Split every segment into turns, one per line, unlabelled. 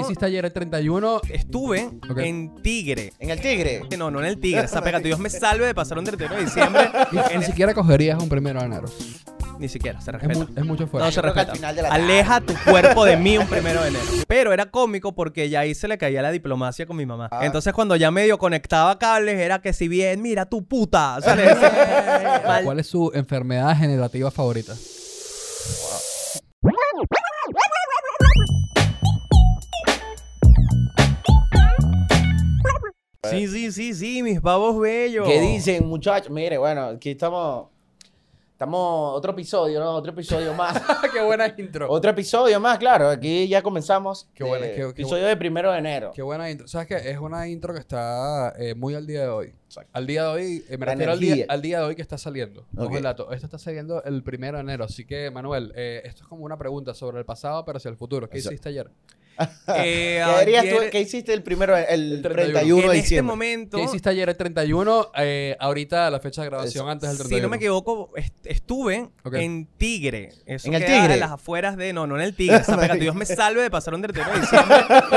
hiciste ayer el 31?
Estuve
Ok.
en Tigre.
En el Tigre.
No, no en el Tigre. Zapégate, Dios me salve de pasar un 31 de diciembre.
Ni, ni
en-
siquiera cogerías un primero de enero.
Ni siquiera, se
Es,
respeta.
mu- es mucho
No
fuerte.
se
Yo creo que al
respeta.
final de la tarde.
Aleja tu cuerpo de mí un primero de enero. Pero era cómico porque ya ahí se le caía la diplomacia con mi mamá.
Ah.
Entonces cuando ya medio conectaba cables era que si bien, mira tu puta. O sea, le decía,
Eh.
"Mal-
¿Cuál es su enfermedad generativa favorita?
Sí, sí, sí, sí, mis pavos bellos.
¿Qué dicen, muchachos? Mire, bueno, aquí estamos. Estamos. Otro episodio, ¿no? Otro episodio más.
qué buena intro.
Otro episodio más, claro. Aquí ya comenzamos.
Qué buena,
Eh,
qué- qué bu-
episodio de primero de enero.
Qué buena intro. ¿Sabes qué? Es una intro que está eh, muy al día de hoy.
Exacto.
Al día de hoy, eh, me
La
refiero al día,
energía.
al día de hoy que está saliendo. Ojo
Ok.
el dato. Esto está saliendo el primero de enero. Así que, Manuel, eh, esto es como una pregunta sobre el pasado, pero hacia el futuro. ¿Qué
Exacto.
hiciste ayer?
Eh,
¿Qué, dirías
ayer-
tú, ¿Qué hiciste el primero, de- el,
El
31,
31
de
en este
diciembre?
momento,
¿Qué hiciste ayer el 31? Eh, ahorita la fecha de grabación
Eso.
antes del 31.
si no me equivoco, est- estuve
Ok.
en Tigre. Eso
¿En el
queda
Tigre?
En las afueras de. No, no en el Tigre. Zapégate, Dios me salve de pasar un 31 de diciembre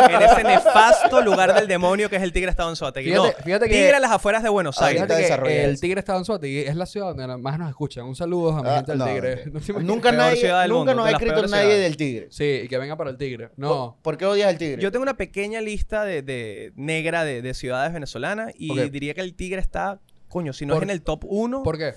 en ese nefasto lugar del demonio que es el Tigre estadounidense. No,
Fíjate- fíjate que-
Tigre a las afueras de Buenos
Ah,
Aires.
Fíjate
Ahorita
que
desarrolla
el
eso.
Tigre está en Suárez y es la ciudad donde más nos escuchan. Un saludo
este
a mi
Ah,
gente del
no,
Tigre.
ok.
No te imaginas.
Nunca,
Peor ciudad
nadie,
del
nunca
mundo,
nos
de
ha
las
escrito
peores
nadie
ciudades.
del Tigre.
Sí, y que venga para el Tigre. No.
¿Por, por qué odias al Tigre?
Yo tengo una pequeña lista de, de- negra de, de ciudades venezolanas y
Ok.
diría que el Tigre está, coño, si no
Por-
es en el top 1,
¿Por qué?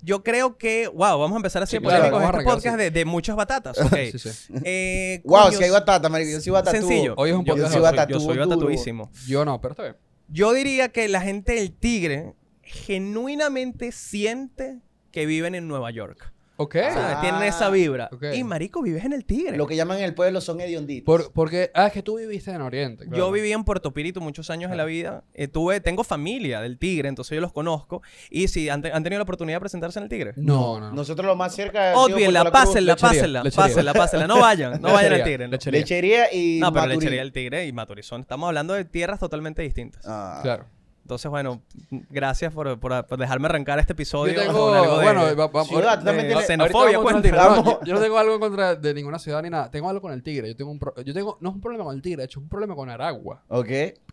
yo creo que, wow, vamos a empezar así
Sí,
de
claro,
polémicos
vamos a
este
arrancar
podcast
así.
de, de muchas batatas. ok.
Sí, sí.
Eh,
Wow,
coño,
si hay batata, marico. Yo soy batatú.
Sencillo.
Hoy es un
yo,
podcast
soy
de
batatu- yo
batatu-
soy
duro.
batatuísimo.
Yo no, pero está bien.
Yo diría que la gente del Tigre genuinamente siente que viven en Nueva York.
Ok.
O sea,
Ah,
tienen esa vibra.
ok.
Y marico, vives en el Tigre.
Lo que llaman en el pueblo son hedionditos.
Por- porque, ah, es que tú viviste en Oriente.
Yo
claro.
viví en Puerto Píritu muchos años de la vida. Eh, tuve, tengo familia del Tigre, entonces yo los conozco. Y si han, te- han tenido la oportunidad de presentarse en el Tigre.
No, no. no.
Nosotros lo más cerca. ha sido
Odienla,
Puerto La Cruz,
pásenla,
lechería,
pásenla,
lechería.
pásenla, pásenla. No vayan, no vayan al
Lechería,
Tigre. no.
lechería.
Lechería y
No, pero
Maturín.
lechería del Tigre y Maturizón. Estamos hablando de tierras totalmente distintas.
Ah.
Claro.
Entonces, bueno, gracias por, por- por dejarme arrancar este episodio.
Yo tengo.
con algo de-
Bueno, va- va-
Ciudad,
ahorita-
también
eh,
tiene-
ahorita
xenofobia, pues,
vamos a
cuente.
entrar. No,
Vamos.
yo, yo no tengo algo en contra de ninguna ciudad ni nada. Tengo algo con el Tigre. Yo tengo un. pro- yo, tengo, no es un problema con el Tigre, de hecho, es un problema con Aragua.
Ok.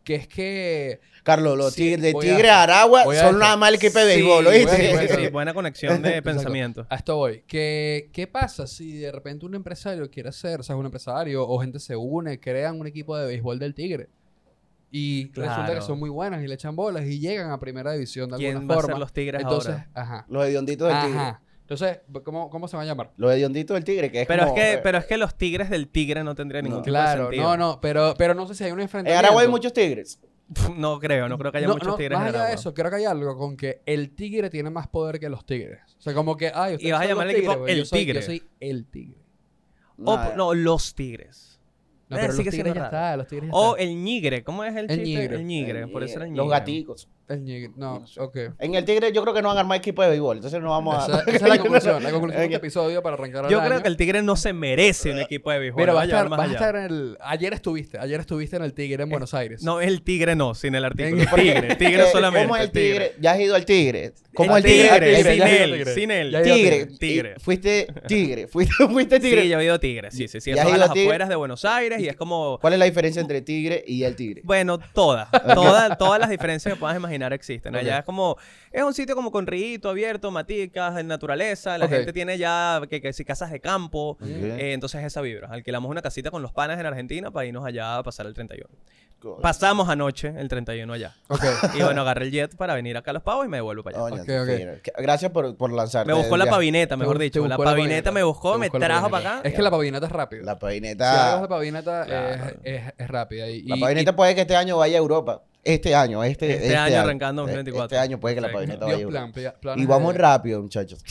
Que es que.
Carlos, los
Sí,
tigres de
voy a-
Tigre a Aragua
voy a
son
eso.
nada más el equipo de
Sí,
béisbol,
voy
¿oíste?
a- voy a-
sí, buena conexión de
Exacto.
pensamiento.
A esto voy. ¿Qué, ¿Qué pasa si de repente un empresario quiere hacer, o sea, un empresario o gente se une, crean un equipo de béisbol del Tigre? Y resulta
Claro.
que son muy buenas y le echan bolas y llegan a primera división de
¿Quién
alguna
va a
forma.
ser los Tigres
Entonces,
ahora?
ajá.
Los hedionditos del Tigre.
Ajá. Entonces, ¿cómo, ¿cómo se va a llamar?
Los hedionditos del Tigre, que es
Pero es,
como- eh,
que, pero es que los Tigres del Tigre no tendrían ningún
No.
tipo de
Claro,
sentido.
no, no, pero, pero no sé si hay un
En
enfrentamiento.
Aragua hay muchos tigres.
No creo, no creo que haya
No,
muchos
no,
tigres
más
en
allá
Aragua.
de eso, creo que hay algo con que el tigre tiene más poder que los tigres. O sea, como que, ay, ustedes
vas a
son los
llamar al equipo
tigres, güey, yo
el
soy-
tigre.
Yo soy el tigre.
O,
Nada.
Oh, pues, no, los tigres.
No,
Eh,
pero
sí
los
que sí
tigres
era
ya
raro.
está, los tigres ya
O
están.
el ñigre. ¿Cómo es el
El
chiste?
ñigre.
El ñigre, por eso era el ñigre.
eh, Los gaticos.
El ñigre, no,
No sé.
ok.
En el Tigre yo creo que no han armado equipo de béisbol, entonces no vamos a...
Esa, esa es la conclusión, la conclusión de este episodio para arrancar
Yo
al
creo
año.
que el tigre no se merece un equipo de béisbol.
Mira,
no
vas a
llevar
estar,
más
vas a
allá.
estar en el... Ayer estuviste, ayer estuviste en el tigre en Buenos Aires.
No, el tigre no, sin el artículo.
En-
Tigre, tigre
Eh,
solamente.
¿Cómo es el tigre? ¿Ya has ido al Tigre? ¿Cómo
el
el
tigre?
Tigre?
tigre,
El
sin
ya he ido
él,
tigre.
sin él.
Ya he ido
Tigre.
tigre. Tigre.
Y Fuiste Tigre. Fuiste, fuiste Tigre.
Sí, yo he ido tigre. Sí, sí, sí.
¿Ya
Eso
has
a
ido
las
a Tigre?
afueras de Buenos Aires y es como...
¿Cuál es la diferencia entre Tigre y el Tigre?
Bueno, todas, todas, todas las diferencias que puedas imaginar existen. Allá
Ok.
es como, es un sitio como con rito abierto, maticas, en naturaleza, la
Ok.
gente tiene ya que, que si casas de campo,
Ok.
eh, entonces esa vibra. Alquilamos una casita con los panas en Argentina para irnos allá a pasar el 31. Pasamos anoche el 31 allá.
Ok,
Y bueno, agarré el jet para venir acá a Los Pavos y me devuelvo para allá.
Coño,
Ok, ok.
Tigre. Que- Gracias por, por lanzarme.
Me buscó la
Ya.
pavineta, mejor
Te- te
dicho. La
buscó la
pavineta
pavineta.
me buscó,
Te
me
buscó la
trajo para
pavineta.
acá.
es que la pavineta es rápida.
La
Si agarras
pavineta...
la pavineta es-
Claro.
es, es rápida. Y,
La
y-
pavineta
y-
puede que este año vaya a Europa. Este año, este,
Este año arrancando
Eh,
2024.
Este año puede que la
Perfecto.
pavineta
Dios,
vaya a
plan,
Europa.
pla- planes
Y vamos
de-
rápido, muchachos.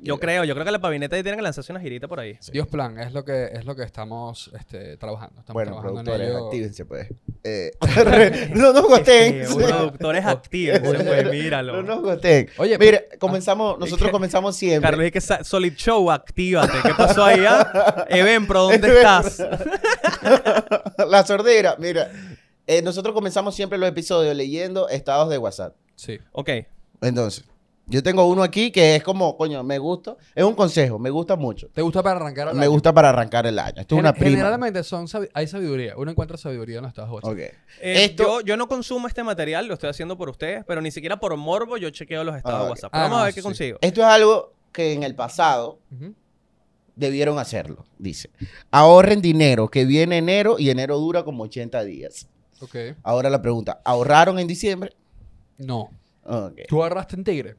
Yo creo, yo creo que la pavineta tiene que lanzarse una girita por ahí.
Dios plan, es lo que, es lo que estamos este, trabajando. Estamos
Bueno,
trabajando en
productores,
ello.
actívense, pues. Eh, no nos
Este,
goteen.
productores activos, pues míralo.
Este, No nos goteen.
Oye, ah,
Mira, comenzamos, nosotros
que-
comenzamos siempre.
Carlos, y que sa- Solid Show, actívate. ¿Qué pasó ahí? ah? Evenpro, ¿dónde estás?
la sordera, mira. eh, nosotros comenzamos siempre los episodios leyendo estados de WhatsApp.
Sí.
Ok.
Entonces, Yo tengo uno aquí que es como, coño, me gusta. Es un consejo, me gusta mucho.
¿Te gusta para arrancar? al
Me
año?
gusta para arrancar el año. Esto es
Gen-
una prima.
Generalmente son sabi- hay sabiduría. Uno encuentra sabiduría en los Estados Unidos.
Ok.
Eh, yo,
Esto-
yo no consumo este material, lo estoy haciendo por ustedes, pero ni siquiera por morbo yo chequeo los estados
Ah,
de
ok.
WhatsApp.
Ah,
Vamos a
no,
ver
sí,
qué
sí.
consigo.
Esto es algo que en el pasado
Ujú.
debieron hacerlo, dice. Ahorren dinero, que viene enero y enero dura como 80 días.
Ok.
Ahora la pregunta, ¿ahorraron en diciembre?
No.
Ok.
¿Tú agarraste en tigre?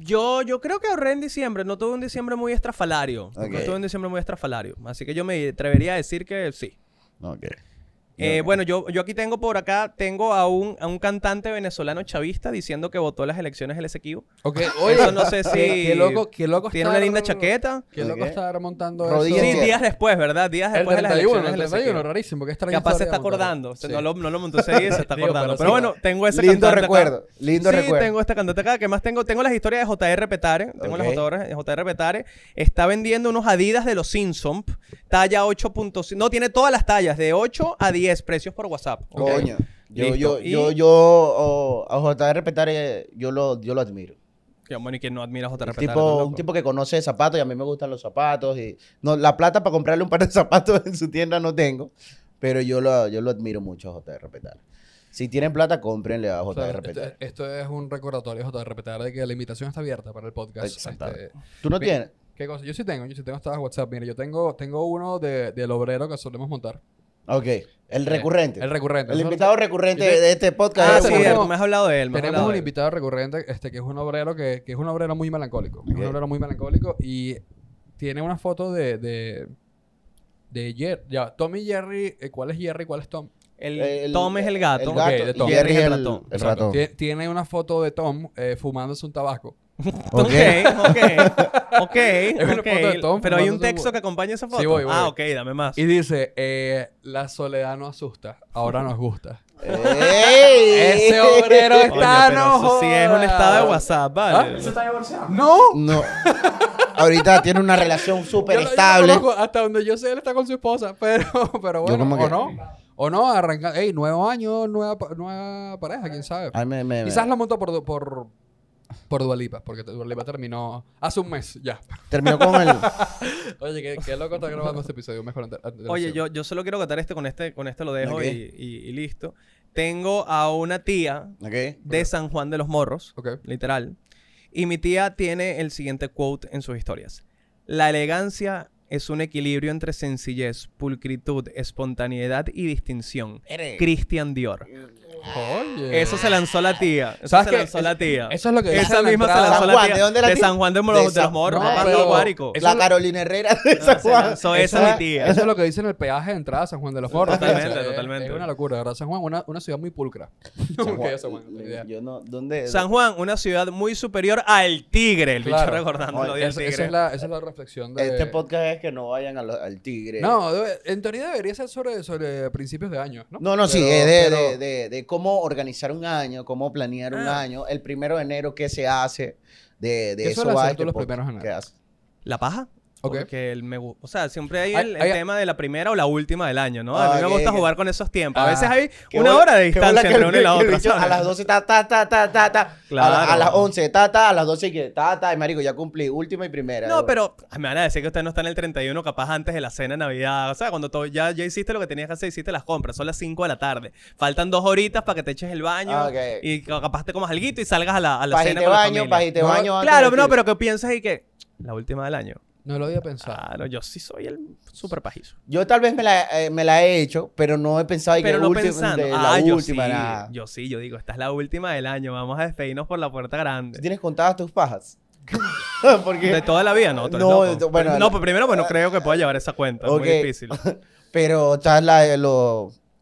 Yo, yo creo que ahorré en diciembre. No tuve un diciembre muy estrafalario. No
Ok.
tuve un diciembre muy estrafalario. Así que yo me atrevería a decir que sí.
Ok.
Eh,
Ok.
Bueno, yo, yo aquí tengo por acá, tengo a un, a un cantante venezolano chavista diciendo que votó las elecciones el Esequibo.
Ok.
Ah, Eso no sé si...
Qué, qué loco, qué loco
Tiene
estar-
una linda chaqueta.
Qué loco
Ok.
estar montando
Rodilla
eso.
en
Sí,
cierto.
días después, ¿verdad? Días
El
después de las
31,
elecciones
el
del
31,
Esequibo.
rarísimo. Que
Capaz se está acordando. O sea, no, lo, no lo montó ese día y se está
Digo,
acordando.
pero
Pero
sí.
bueno, tengo ese
Lindo
cantante acá.
recuerdo, lindo
sí,
recuerdo.
tengo esta cantante acá. que más tengo? Tengo las historias de J.R. Petare. Tengo las
Ok.
historias de J.R. Petare. Está vendiendo unos Adidas de los Simpsons. Talla 8.5. No, tiene todas las tallas. De 8 a 10. Precios por WhatsApp. ¿ok?
Coño. Yo,
Listo.
yo, yo,
Y-
yo, oh, a JR Petare, yo lo, yo lo admiro.
Que, bueno, y quien no admira a J.R.
Un
Petare.
tipo,
loco.
un tipo que conoce de zapatos y a mí me gustan los zapatos. Y, no, la plata para comprarle un par de zapatos en su tienda no tengo, pero yo lo, yo lo admiro mucho a JR Petare. Si tienen plata, cómprenle a JR
esto,
Petare.
esto es un recordatorio, JR Petare, de que la invitación está abierta para el podcast.
Exactamente.
Este,
¿Tú no
mi-
tienes?
¿Qué cosa? Yo sí tengo, yo sí tengo estas WhatsApp. Mira, yo tengo, tengo uno de, del obrero que solemos montar.
Ok. El recurrente.
Eh, El
El,
recurrente. Nosotros
invitado recurrente
Yo te-
de este podcast.
Ah,
es
sí,
un-
tenemos-
me has hablado de él. me has
Tenemos
hablado
un
de él.
invitado recurrente, este, que es un obrero que, que es un obrero muy melancólico. Es un
Ok.
obrero muy melancólico y tiene una foto de, de, de Jer- Ya, Tom y Jerry. eh, ¿Cuál es Jerry? ¿Cuál es Tom?
El,
Eh,
el-
Tom es el gato.
El gato
Ok, de
y
Tom.
Jerry es el, el
Exacto.
ratón.
Tie- Tiene una foto de Tom eh, fumándose un tabaco.
Ok,
Ok.
ok, ok,
una
ok.
foto de Tom
Pero hay un
fumando su-
texto que acompaña esa foto.
voy, voy.
Ah, ok, dame más.
Y dice, eh, la soledad no asusta, ahora nos gusta.
¡Ey!
Ese obrero
Coño,
está
pero eso
enojado.
sí es un estado de WhatsApp, vale.
¿Ah? No.
No. Ahorita tiene una relación súper
Yo no- yo no
estable.
conozco, hasta donde yo sé, él está con su esposa, pero, pero bueno,
como
o
que-
no. O no, arranca, ey, nuevo año, nueva, pa- nueva pareja, quién sabe.
Ay, me- me- me-
Quizás lo montó por, du- por, por Dualipa, porque Dualipa terminó hace un mes ya.
Terminó con el.
Oye, qué, qué loco está grabando este episodio, un mes con ante- antelación.
Oye, yo, yo solo quiero contar este con este, con este lo dejo
Ok.
y, y- y listo. Tengo a una tía
Ok.
de San Juan de los Morros,
Ok.
literal. Y mi tía tiene el siguiente quote en sus historias. La elegancia es un equilibrio entre sencillez, pulcritud, espontaneidad y distinción. Christian Dior.
Oye.
Eso se lanzó la tía. Eso
¿Sabes
se
qué?
lanzó la tía.
Eso es lo que dice
Esa
en la
misma se
entrada.
lanzó
San
la
Juan,
tía.
¿de dónde la
de
tía?
San Juan de Moros, de,
San-
los Moros,
No,
papá,
pero-
todo guárico.
Eso
la
lo-
Carolina Herrera de
No,
San
se
Juan.
lanzó esa
Esa-
mi tía.
Eso es lo que dicen en el peaje de entrada a San Juan de los Morros.
Totalmente,
O sea, es-
totalmente.
Es una locura, ¿verdad? San Juan, una, una ciudad muy pulcra. Nunca he ido a San Juan, no tengo idea.
Yo no, ¿dónde?
San Juan, una ciudad muy superior al Tigre. El bicho
Claro.
recordando lo
Oye,
del
Esa-
Tigre.
esa, es la, esa es la reflexión de...
Este podcast es que no vayan a lo- al Tigre.
No, debe- en teoría debería ser sobre, sobre principios de año, ¿no?
No, no, sí,
Pero-
es de,
pero-
de- de- de cómo organizar un año, cómo planear un
Ah.
año, el primero de enero, qué se hace, de, de
¿Qué
eso
suele
va
hacer
este
tú los
podcast.
primeros de enero?
¿Qué haces?
¿La paja?
Ok.
Porque el me gu- O sea, siempre hay
Ay,
el, el
ay,
tema de la primera o la última del año, ¿no? A mí
Ah,
me
ok,
gusta
ok.
jugar con esos tiempos.
Ah.
a veces hay
Qué
una
bola-
hora de
qué bola
distancia
que
entre
el-
una y la
que el
otra.
bicho A
¿sabes?
las 12, ta, ta, ta, ta, ta, ta. A, la- a
Claro.
las 11, ta, ta, a las 12, y que, ta, ta. Y marico, ya cumplí, última y primera.
No, pero me van a decir que usted no está en el 31, capaz antes de la cena de Navidad. O sea, cuando todo, ya, ya hiciste lo que tenías que hacer, hiciste las compras. Son las 5 de la tarde. Faltan dos horitas para que te eches el baño.
Ah, ok.
Y ca- capaz te comas alguito y salgas a la, a la cena
Pajite
con la
baño,
familia.
pajite
No,
baño. antes
Claro,
de
no,
ti.
pero que piensas y que la última del año.
No lo había pensado.
Claro, yo sí soy el super pajizo.
Yo tal vez me la, eh, me la he hecho, pero no he pensado en que
Pero no
última-
pensando.
de la
Ah, yo sí.
última, nada.
Yo sí, yo digo, esta es la última del año. Vamos a despedirnos por la puerta
¿Tú
grande.
¿Tienes contadas tus pajas?
De
Porque,
toda la vida, no. tú eres
No,
loco.
yo- bueno,
no,
la- Ah,
pues primero, bueno, creo que pueda llevar esa cuenta. es
Ok.
Muy difícil.
pero están las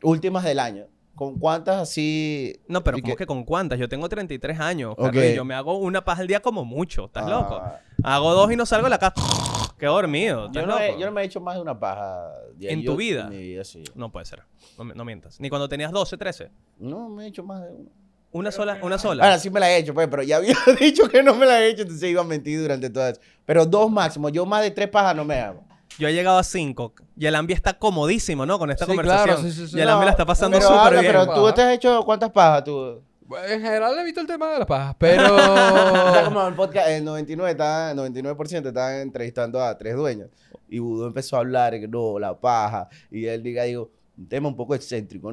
últimas del año. ¿Con cuántas así?
No, pero
y
¿cómo
que-
que con cuántas? Yo tengo 33 años.
Ok.
Carlos, y Yo me hago una paja al día como mucho. ¿Estás
Ah.
loco? Hago dos y no salgo de la casa. Qué dormido. ¿Estás
Yo no, he-
loco?
yo no me he hecho más de una paja. diaria.
¿En tu
Yo-
vida?
En mi vida, sí.
No puede ser. No, me- no mientas. Ni cuando tenías 12, 13.
No me he hecho más de una.
Una sola, una
Ahora
sola.
sí me la he hecho, pues, pero ya había dicho que no me la he hecho, entonces iba a mentir durante todas. Pero dos máximo. Yo más de tres pajas no me hago.
Yo he llegado a 5. Y el ambi está comodísimo, ¿no? Con esta
Sí, claro,
conversación.
sí, sí, sí.
y el ambi la está pasando
pero
súper
habla,
bien.
Pero tú
Paja.
te has hecho cuántas pajas tú.
Bueno, En general evito el tema de las pajas, pero...
Está como el podcast, el 99 está, 99% estaban entrevistando a tres dueños. Y Budó empezó a hablar, que no, la paja. Y él diga, digo, un tema un poco excéntrico,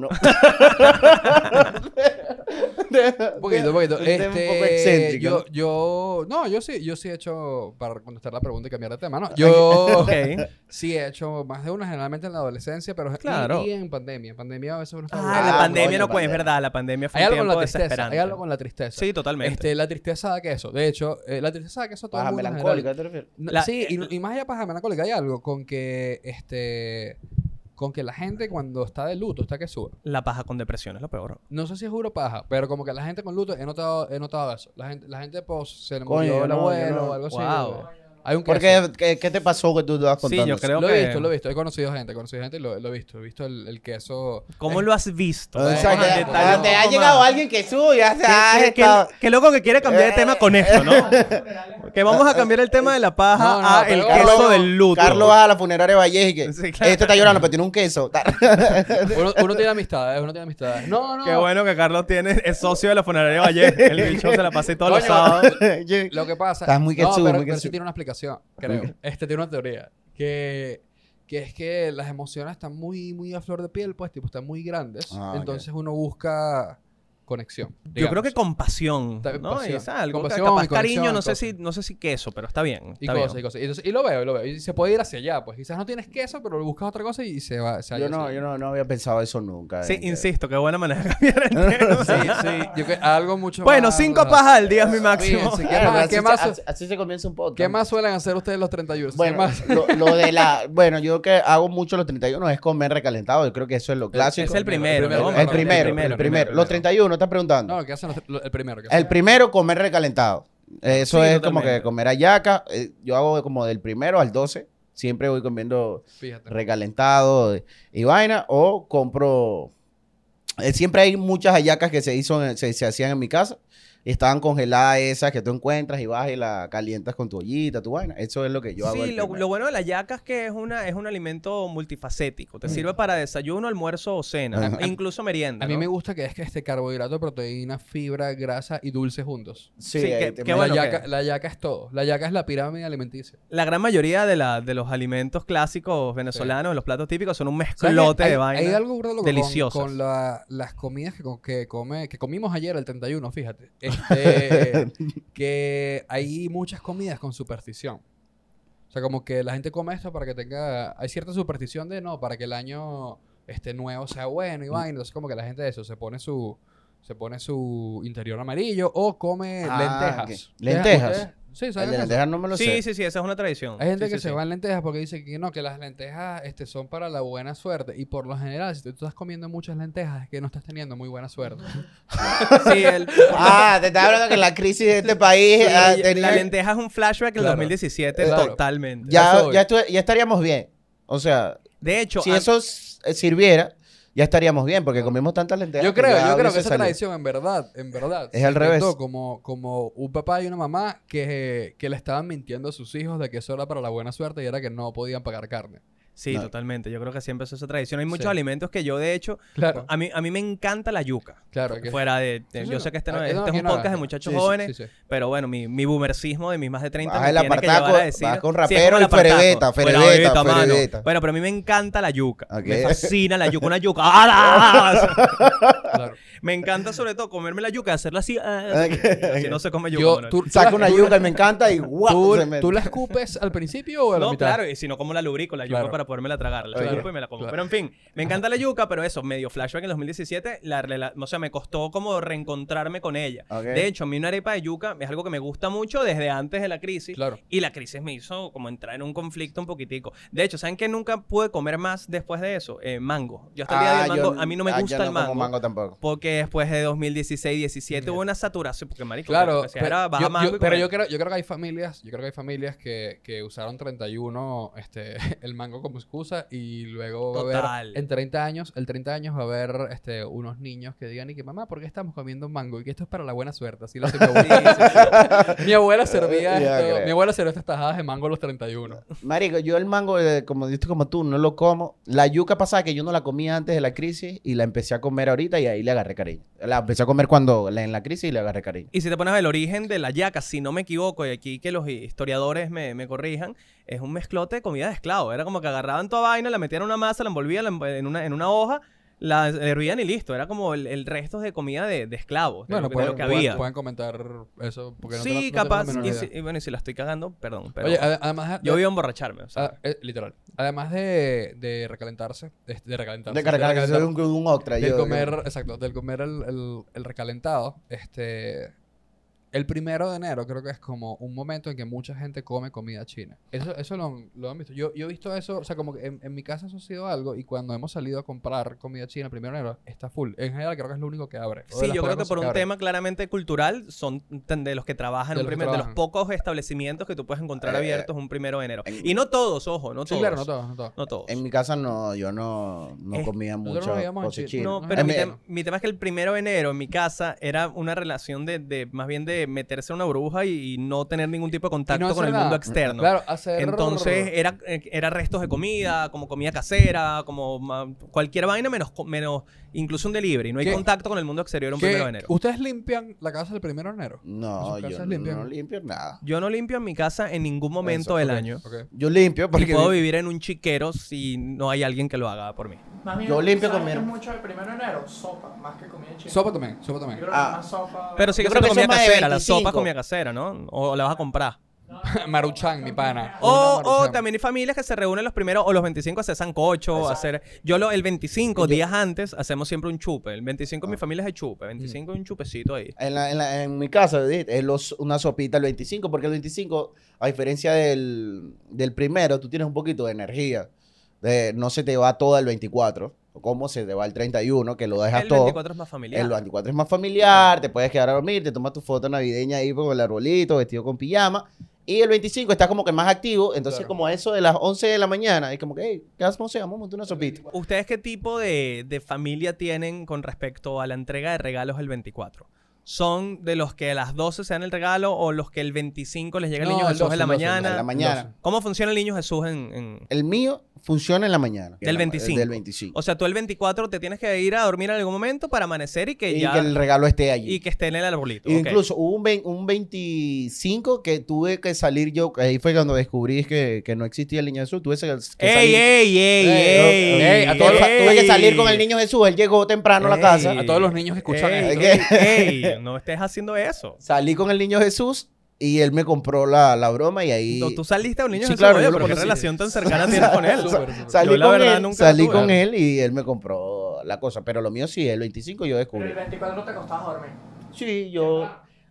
¿no?
Un poquito, un poquito.
Un
Este,
tema un poco excéntrico,
Yo, yo,
¿no?
no, yo sí, yo sí he hecho, para contestar la pregunta y cambiar de tema, no, yo
Ok.
sí he hecho más de una generalmente en la adolescencia, pero y-
Claro.
y en pandemia, en pandemia a veces uno está
Ah,
aburrido.
la
Ah,
pandemia
coño,
no cuenta, es
pandemia.
verdad. La pandemia fue
Hay
un
algo con la
tiempo
tristeza,
desesperante.
hay algo con la tristeza.
Sí, totalmente.
Este, la tristeza da queso. De hecho, eh, la tristeza da queso a todo el
Paja
mundo en general.
melancólica, ¿te refieres?
No,
La- eh,
sí, y, no- y más allá de paja melancólica, hay algo con que este con que la gente cuando está de luto está que sube.
La paja con depresión es lo peor.
No sé si es juro paja, pero como que la gente con luto he notado, he notado eso. La gente, la gente pues, se le
Coño,
murió el
no, yo
abuelo
no.
o algo así.
Wow.
Hay un
¿Por
queso.
qué, qué, qué te pasó que tú te vas
Sí,
contando?
yo creo
Lo
que...
he visto, lo he visto. He conocido gente, he conocido gente y lo, lo he visto. He visto el, el queso.
¿Cómo lo has visto?
O
Vamos
sea,
a
que-
detallar
ah,
un
te
poco
ha
más.
llegado alguien que suya, o
Qué-
sea, has
qué- qué-
estado-
qué loco que quiere cambiar de tema con esto, ¿no? que vamos a cambiar el tema de la paja
Eh. No, no,
a el
pero-
queso del luto.
Carlos va a la funeraria Vallejo y que
Sí, claro.
este está llorando, pero tiene un queso.
Uno, uno tiene amistades, uno tiene amistades. No, no.
Qué bueno que Carlos tiene, es socio de la funeraria Valle. El bicho se la pasé todos los
Coño.
sábados.
Lo que pasa.
Estás muy
no,
quechudo,
pero,
muy
pero sí
quechudo.
tiene una explicación, creo. Este tiene una teoría. Que, que es que las emociones están muy, muy a flor de piel, pues, tipo, están muy grandes.
Ah, ok.
entonces uno busca conexión.
Yo creo
digamos.
que compasión,
Está bien,
¿no?
pasión.
Y es algo que
Compasión
capaz
y conexión,
cariño, no sé
cosas.
si, no sé si queso, pero está bien.
Y
está
cosas, y
bien.
cosas. Y, entonces- y lo veo, y lo veo. Y se puede ir hacia allá, pues. Quizás no tienes queso, pero buscas otra cosa y se va. se
yo
halla
no,
hacia
yo
allá.
no, no había pensado eso nunca.
Sí,
en que-
insisto, qué buena manera de cambiar el tema.
Sí, sí. Yo que, algo mucho
Bueno,
más-
cinco pajas al día es mi máximo.
Fíjense, ¿qué
Claro,
más-
pero
qué
Ah, así,
más-
se, así- así se comienza un podcast.
¿Qué más suelen hacer ustedes los 31? ¿Qué
Bueno,
más?
lo, lo de la, bueno, yo que hago mucho los 31 es comer recalentado. Yo creo que eso es lo clásico.
es el primero,
El
¿no?
primero, el primero,
primero,
el primero. Los 31, estás preguntando.
No, ¿qué hacen los, tre- lo- el primero? ¿qué
El
hacen?
primero, comer recalentado. Eso
Sí,
es como
totalmente.
que comer ayaca. Eh, Yo hago como del primero al 12. Siempre voy comiendo
Fíjate.
recalentado y vaina o compro eh, siempre hay muchas hallacas que se hizo en- se, se hacían en mi casa y estaban congeladas esas que tú encuentras y vas y la calientas con tu ollita tu vaina eso es lo que yo hago
Sí,
el
lo,
primer.
lo bueno de la yaca es que es, una, es un alimento multifacético. Te sirve para desayuno, almuerzo o cena.
Ajá.
e incluso
Mm.
merienda.
A mí
¿no?
me gusta que es que este carbohidrato, proteína, fibra, grasa y dulce juntos.
sí,
sí,
eh,
que-
te-
que
la,
bueno
yaca,
que-
la yaca es todo. La yaca es la pirámide alimenticia.
La gran mayoría de, la, de los alimentos clásicos venezolanos, los platos típicos, son un
¿Sabes qué?
mezclote
Hay-
de vaina.
Hay algo burda loco con-
deliciosas.
con, la- las comidas que, co- que, come, que comimos ayer, el 31, fíjate. Este, que hay muchas comidas con superstición. O sea, como que la gente come esto para que tenga... Hay cierta superstición de, no, para que el año este nuevo sea
Mm.
bueno y vaina. Entonces, como que la gente de eso se pone su... Se pone su interior amarillo o come
Ah,
lentejas.
ok. ¿Lentejas?
¿Ustedes- Sí,
el
¿saben
de
eso?
lentejas no me lo
Sí,
sé
sí, sí, esa es una tradición.
Hay gente
Sí,
que
sí,
se
sí.
va en lentejas porque dice que no, que las lentejas este, son para la buena suerte. Y por lo general, si tú estás comiendo muchas lentejas, es que no estás teniendo muy buena suerte.
Sí, el-
ah te estaba hablando que la crisis de este país
Sí,
ah,
y-
tenía-
La lenteja es un flashback del
Claro.
2017
Claro.
totalmente.
Eso
ya
voy.
ya, estu- ya estaríamos bien o sea
De hecho,
si
an-
eso s- eh, sirviera ya estaríamos bien porque comimos tantas lentejas
Yo
que
creo,
ya
yo creo que
hubiese
esa
salido.
tradición, en verdad, en verdad,
Es
se
al revés.
inventó Como, como un papá y una mamá que, que le estaban mintiendo a sus hijos de que eso era para la buena suerte y era que no podían pagar carne.
sí,
No.
totalmente. Yo creo que siempre empezó esa tradición. Hay muchos
Sí.
alimentos que yo, de hecho,
Claro,
a mí, a mí me encanta la yuca.
Ah, claro. Que,
Fuera de. de-
Sí, sí,
yo
no.
sé que este, no,
Ah,
es-
no,
este es
aquí
un
no,
podcast de
sí,
muchachos
sí, sí,
jóvenes,
Sí, sí.
pero bueno, mi, mi boomercismo de mis más de 30
Baja el
me tiene que llevar
apartaco,
a decir.
vas con
Sí, es
rapero
como el
y Ferebeta,
apartaco.
Ferebeta,
Ferebeta, mano.
Ferebeta.
Bueno, pero a mí me encanta la yuca.
Ok.
Me fascina la yuca, una yuca. ¡Ah!
claro.
me encanta sobre todo comerme la yuca, hacerla así. ah,
Ok.
Si no se come yuca.
Yo,
Manuel.
tú, tú
saco
la-
una
tú-
yuca y me encanta y guau
¿Tú,
se me-
tú la escupes al principio o a la
no,
mitad?
claro, y si no, como la lubrico, la yuca
Claro.
para podérmela tragar. La
Claro.
chupo y me la como.
Claro.
Pero en fin, me encanta la yuca, pero eso, medio flashback en el 2017, la, rela- o sea, me costó como reencontrarme con ella.
Ok.
De hecho, a mí una arepa de yuca es algo que me gusta mucho desde antes de la crisis.
Claro.
Y la crisis me hizo como entrar en un conflicto un poquitico. De hecho, ¿saben que nunca pude comer más después de eso? Eh, mango. Yo hasta el día
Ah,
del mango,
yo-
a mí no me
ah, yo
gusta el
no como
mango.
mango tampoco.
Porque después de 2016, 17 hubo una saturación. Porque, marico,
Claro,
o sea,
pero,
era baja
yo,
mango
yo-
y
pero
comer.
yo creo, yo creo que hay familias, yo creo que hay familias que, que usaron 31 este, el mango como excusa y luego va a
Total.
haber en 30 años, el 30 años va a haber este, unos niños que digan y que mamá, ¿por qué estamos comiendo mango? Y que esto es para la buena suerte, así lo hace mi abuela. mi abuela servía
Ya
esto-
creo.
mi abuela servía estas tajadas de mango a los 31.
Marico, yo el mango, eh, como dices como tú, no lo como. La yuca pasaba que yo no la comía antes de la crisis y la empecé a comer ahorita y ahí le agarré cariño. La empecé a comer cuando la- en la crisis y le agarré cariño.
Y si te pones a ver el origen de la yaca, si no me equivoco, y aquí que los historiadores me, me corrijan, es un mezclote de comida de esclavo. Era como que agarraban toda vaina, la metían en una masa, la envolvían la env- en una, en una hoja, la hervían y listo. Era como el, el resto de comida de, de esclavos. de
Bueno,
lo- de
pueden,
lo que
pueden-
había.
pueden comentar eso. Porque no
sí,
tengo- no tengo la
capaz.
menor
y,
idea.
si- y bueno, y si la estoy cagando, perdón. Pero
Oye, ade- además.
yo iba a emborracharme. O sea,
Ah, eh, literal. Además de, de recalentarse, de, de recalentarse,
De cargar,
de
soy
recalentar-
un, un octra.
del
yo-
comer, exacto, del comer el, el- el recalentado, este, el primero de enero creo que es como un momento en que mucha gente come comida china. Eso, eso lo, lo han visto. Yo, yo he visto eso, o sea, como que en, en mi casa eso ha sido algo y cuando hemos salido a comprar comida china el primero de enero está full. En general creo que es lo único que abre. o de
Sí,
las
yo creo
pocas
que
cosas
por un
abren.
tema claramente cultural son tan- de los que trabajan
De
un
los que
primer- de los
trabajan.
pocos establecimientos que tú puedes encontrar
Eh,
abiertos un primero de enero. Y no todos, ojo, no
Sí,
todos.
claro, no todos, no todos.
No todos.
En mi casa no, yo no, no
Es-
comía
nosotros
mucho
no vivíamos en
cosas
Chile.
chinas.
No,
no,
pero
Eh,
mi,
me-
tem- mi tema es que el primero de enero en mi casa era una relación de, de- más bien de meterse en una burbuja y, y no tener ningún tipo de
Y no
contacto con
hacer
el
nada.
mundo externo.
Claro, hacer...
Entonces era, eh, era restos de comida, como comida casera, como ma- cualquier vaina menos, co- menos incluso un delivery. No hay
¿Qué-
contacto con el mundo exterior un
¿Qué-
primero de enero.
¿Ustedes limpian la casa el primero de enero?
No,
¿En sus
yo
casas
no
limpian?
no limpio nada.
Yo no limpio en mi casa en ningún momento
Eso,
del
Ok,
año.
ok.
Yo limpio
Y
porque...
puedo vivir en un chiquero si no hay alguien que lo haga por mí.
Más bien,
Yo limpio
¿sabes
con mi
qué es
herma-
mucho el primero de enero? Sopa, más que comida china.
Sopa también, sopa
Yo
también.
creo que
Ah.
más sopa.
Pero sigue
Yo creo
siendo
que
comida
son más de
casera. La sopa
25.
es comida casera, ¿no? O la vas a comprar.
Maruchan, mi pana.
O,
Una
o
Maruchan.
Oh, también hay familias que se reúnen los primeros o los 25 a hacer sancocho, a hacer... Yo lo, el 25, días antes, hacemos siempre un chupe. El 25 en
Ah.
mi familia es de chupe. 25 es un chupecito ahí.
En, la- en la- en mi casa eh, es los- una sopita el 25, porque el 25, a diferencia del, del primero, tú tienes un poquito de energía. De, no se te va toda el 24, o como se te va el 31, que lo dejas
El
todo.
24 es más familiar.
El 24 es más familiar, te puedes quedar a dormir, te tomas tu foto navideña ahí con el arbolito, vestido con pijama. Y el 25 estás como que más activo, entonces
Claro.
como a eso de las 11 de la mañana, es como que, hey, ¿qué hacemos? Vamos a montar una sopita.
¿Ustedes qué tipo de, de familia tienen con respecto a la entrega de regalos el 24? ¿Son de los que a las 12 se dan el regalo o los que el 25 les llega el
No,
niño
el
Jesús
12,
en la
el 12,
mañana?
En la mañana.
¿Cómo funciona el niño Jesús en, en-
El mío funciona en la mañana.
Del
En la-
25.
Del 25.
O sea, tú el 24 te tienes que ir a dormir en algún momento para amanecer y que
y
ya...
que el regalo esté allí.
Y que esté en el arbolito. ok.
Incluso hubo un, vein- un 25 que tuve que salir yo, que ahí fue cuando descubrí que, que no existía el niño Jesús. Tuve que, que
¡Ey, ey,
salir.
ey,
Ey,
ey!
ey, a todos los-
ey.
Tuve que salir con el niño Jesús, él llegó temprano a la
Ey.
casa.
A todos los niños que escuchan
ey,
esto.
ey, ey, no estés haciendo eso.
Salí con el niño Jesús y él me compró la, la broma y ahí...
Tú- Tú saliste a un niño
Sí,
Jesús,
claro,
oye,
yo lo
pero qué
conocí.
relación tan cercana tienes con él.
Súper, súper.
Salí,
Yo la
con,
verdad
él,
nunca
salí
lo tuve.
con él y él me compró la cosa. Pero lo mío sí, el 25 yo
Pero
descubrí.
el 24 te costaba dormir.
Sí, yo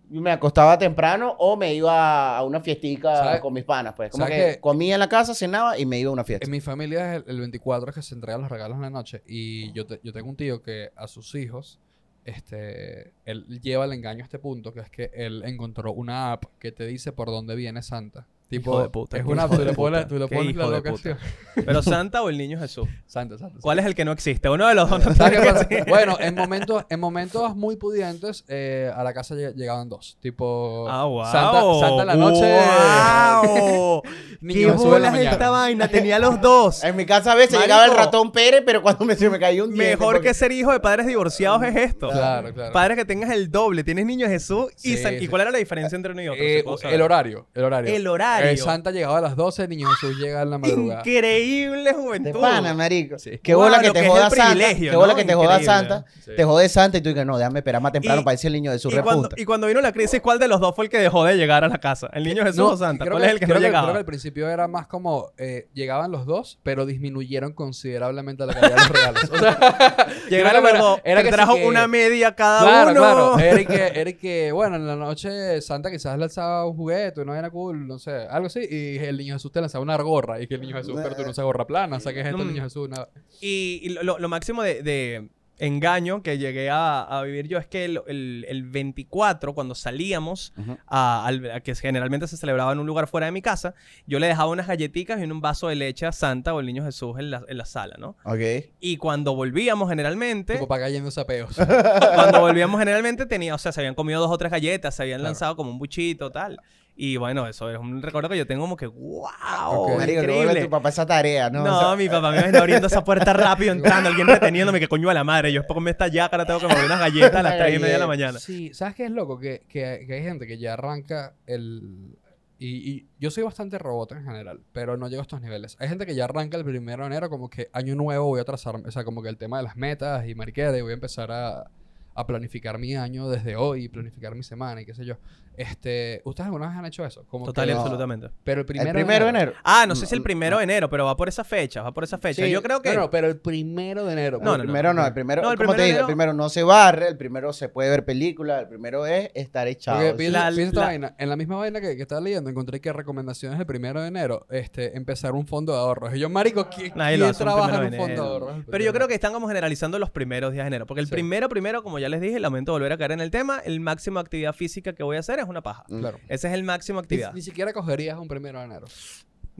me acostaba temprano o me iba a una fiestica
¿Sabes?
con mis panas. Pues como que,
¿Sabes qué?
comía en la casa, cenaba y me iba a una fiesta.
En mi familia es el, el 24 es que se entregan los regalos en la noche. Y yo, te- yo tengo un tío que a sus hijos, este, él lleva el engaño a este punto, que es que él encontró una app que te dice por dónde viene Santa. Tipo,
Hijo de puta,
es
qué
una app,
hijo
tú
de
le pones, la-
puta,
tú le
qué
pones la
hijo de puta.
locación.
¿Pero Santa o el niño Jesús?
Santa, Santa.
¿Cuál es el que no existe? Uno de los dos. no
¿Sabes qué
tiene que
pasa?
ser.
Bueno, en momentos, en momentos muy pudientes, eh, a la casa lleg- llegaban dos. Tipo,
Ah, wow.
Santa, Santa en la noche.
¡Wow!
Niño
¡Qué
Jesús en la
bolas
mañana.
esta vaina! Tenía los dos.
En mi casa a veces
Marico.
llegaba el ratón Pérez, pero cuando me, se me cayó un diente.
Mejor
porque-
que ser hijo de padres divorciados es esto.
Claro, claro.
Padres que tengas el doble. Tienes niño Jesús
Sí,
y San-
sí.
¿Y cuál era la diferencia entre uno y otro?
Eh,
Sí puedo saber.
el horario, el horario.
El horario.
Eh, Santa llegaba a las 12, Niño Jesús llega en la madrugada.
Increíble
De
juventud.
pana, marico.
Sí.
Qué
Wow,
bola que
lo
te
que es
joda
el
Santa.
privilegio,
Qué bola
¿no?
que te joda
Increíble.
Santa.
Sí.
Te jode Santa y tú dices, no, déjame esperar más temprano
Y-
para irse el niño de su
Y cuando,
repunta.
y cuando vino la crisis, ¿cuál de los dos fue el que dejó de llegar a la casa? ¿El niño
Eh,
Jesús
No,
o Santa?
creo
¿Cuál es el que no
creo
llegaba?
Creo que al principio era más como eh, llegaban los dos, pero disminuyeron considerablemente la calidad de los regalos. O sea,
Llegaron
era-
los dos,
era
te
que sí
trajo
que-
una media cada
claro,
Ah, uno.
claro. Era y que, era y que, bueno, en la noche Santa quizás lanzaba un juguete, una vaina cool, no sé, algo así. Y el niño Jesús te lanzaba una gorra. Y que el niño Jesús, pero tú no usas gorra plana, o sea, que es esto el
Mm.
niño Jesús. Una...
Y, y lo, lo máximo de, de engaño que llegué a, a vivir yo es que el, el- el 24, cuando salíamos,
Ujú.
a, al- a que generalmente se celebraba en un lugar fuera de mi casa, yo le dejaba unas galletitas y un vaso de leche a Santa o el niño Jesús en la, en la sala, ¿no?
Ok.
Y cuando volvíamos generalmente...
Tu papá cayendo sapeos.
cuando volvíamos generalmente tenía, o sea, se habían comido dos o tres galletas, se habían lanzado como un buchito, tal. Y bueno, eso es un recuerdo que yo tengo como que, wow,
Ok.
Marico,
Oh,
que
increíble.
vuelve tu papá esa tarea, ¿no?
No,
O sea,
mi papá me imagino abriendo esa puerta rápido, entrando, alguien reteniéndome, que coño a la madre. Yo después me esta ya, ahora tengo que mover unas galletas a las
Una
3 y media de la
galleta.
mañana.
Sí, ¿sabes qué es loco? Que, que- que hay gente que ya arranca el... Y, y yo soy bastante robot en general, pero no llego a estos niveles. Hay gente que ya arranca el primero de enero como que año nuevo voy a trazarme, o sea, como que el tema de las metas y mariquera y voy a empezar a, a planificar mi año desde hoy, planificar mi semana y qué sé yo. Este, ¿Ustedes alguna vez han hecho eso? Como
Total y
que-
absolutamente.
Pero el primero,
el primero de enero.
Ah, no sé si el primero de enero, pero va por esa fecha, va por esa fecha.
Sí,
Yo creo que...
No, no, pero el primero de enero.
No,
porque-
el primero no, el primero,
No, el
como
primero
te digo,
era-
el primero no se barre, el primero se puede ver película, el primero es estar echado.
Porque
sí.
piensa,
La-
piensa esta
la-
vaina. En la misma vaina que, que estaba leyendo, encontré que recomendaciones el primero de enero, este, empezar un fondo de ahorros. Y yo, marico, ¿quién,
Nadie lo
quién
hace un
trabaja en
primero
un
de
fondo de
enero.
ahorros?
Pero yo creo que están como generalizando los primeros días de enero. Porque el
Sí.
primero, primero, como ya les dije, lamento volver a caer en el tema, el máximo de actividad física que voy a hacer es una paja.
Claro.
Ese es el máximo
Mm. Ni,
de actividad.
ni
Ni,
siquiera cogerías un primero de enero.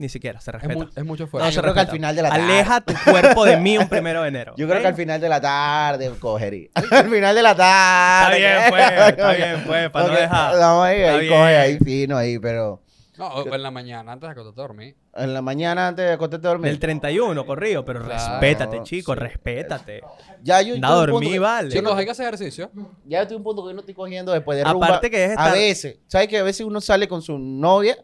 siquiera, se
Es,
respeta.
mu- es mucho
No,
fuerte.
yo creo que al final de la tarde.
Aleja tu cuerpo de mí un primero de enero.
Yo creo
¿ok?
que al final de la tarde cogería. al final de la
Está
tarde.
bien, pues, está bien, pues, para no
Ok,
dejar.
No, ahí,
Está
ahí coge
bien.
ahí fino ahí, pero
No, o- o en la mañana, antes de acostarte a dormir.
en la mañana antes de acostarte a dormir.
El 31, corrido, pero
Claro,
respétate, chico,
sí.
respétate.
Ya yo
Anda a
yo un punto
dormir,
que-
vale.
Chicos, hay que hacer ejercicio.
Ya estoy en un punto que yo no estoy cogiendo después de rumba.
Aparte que es
A
estar...
veces, ¿sabes que a veces uno sale con su novia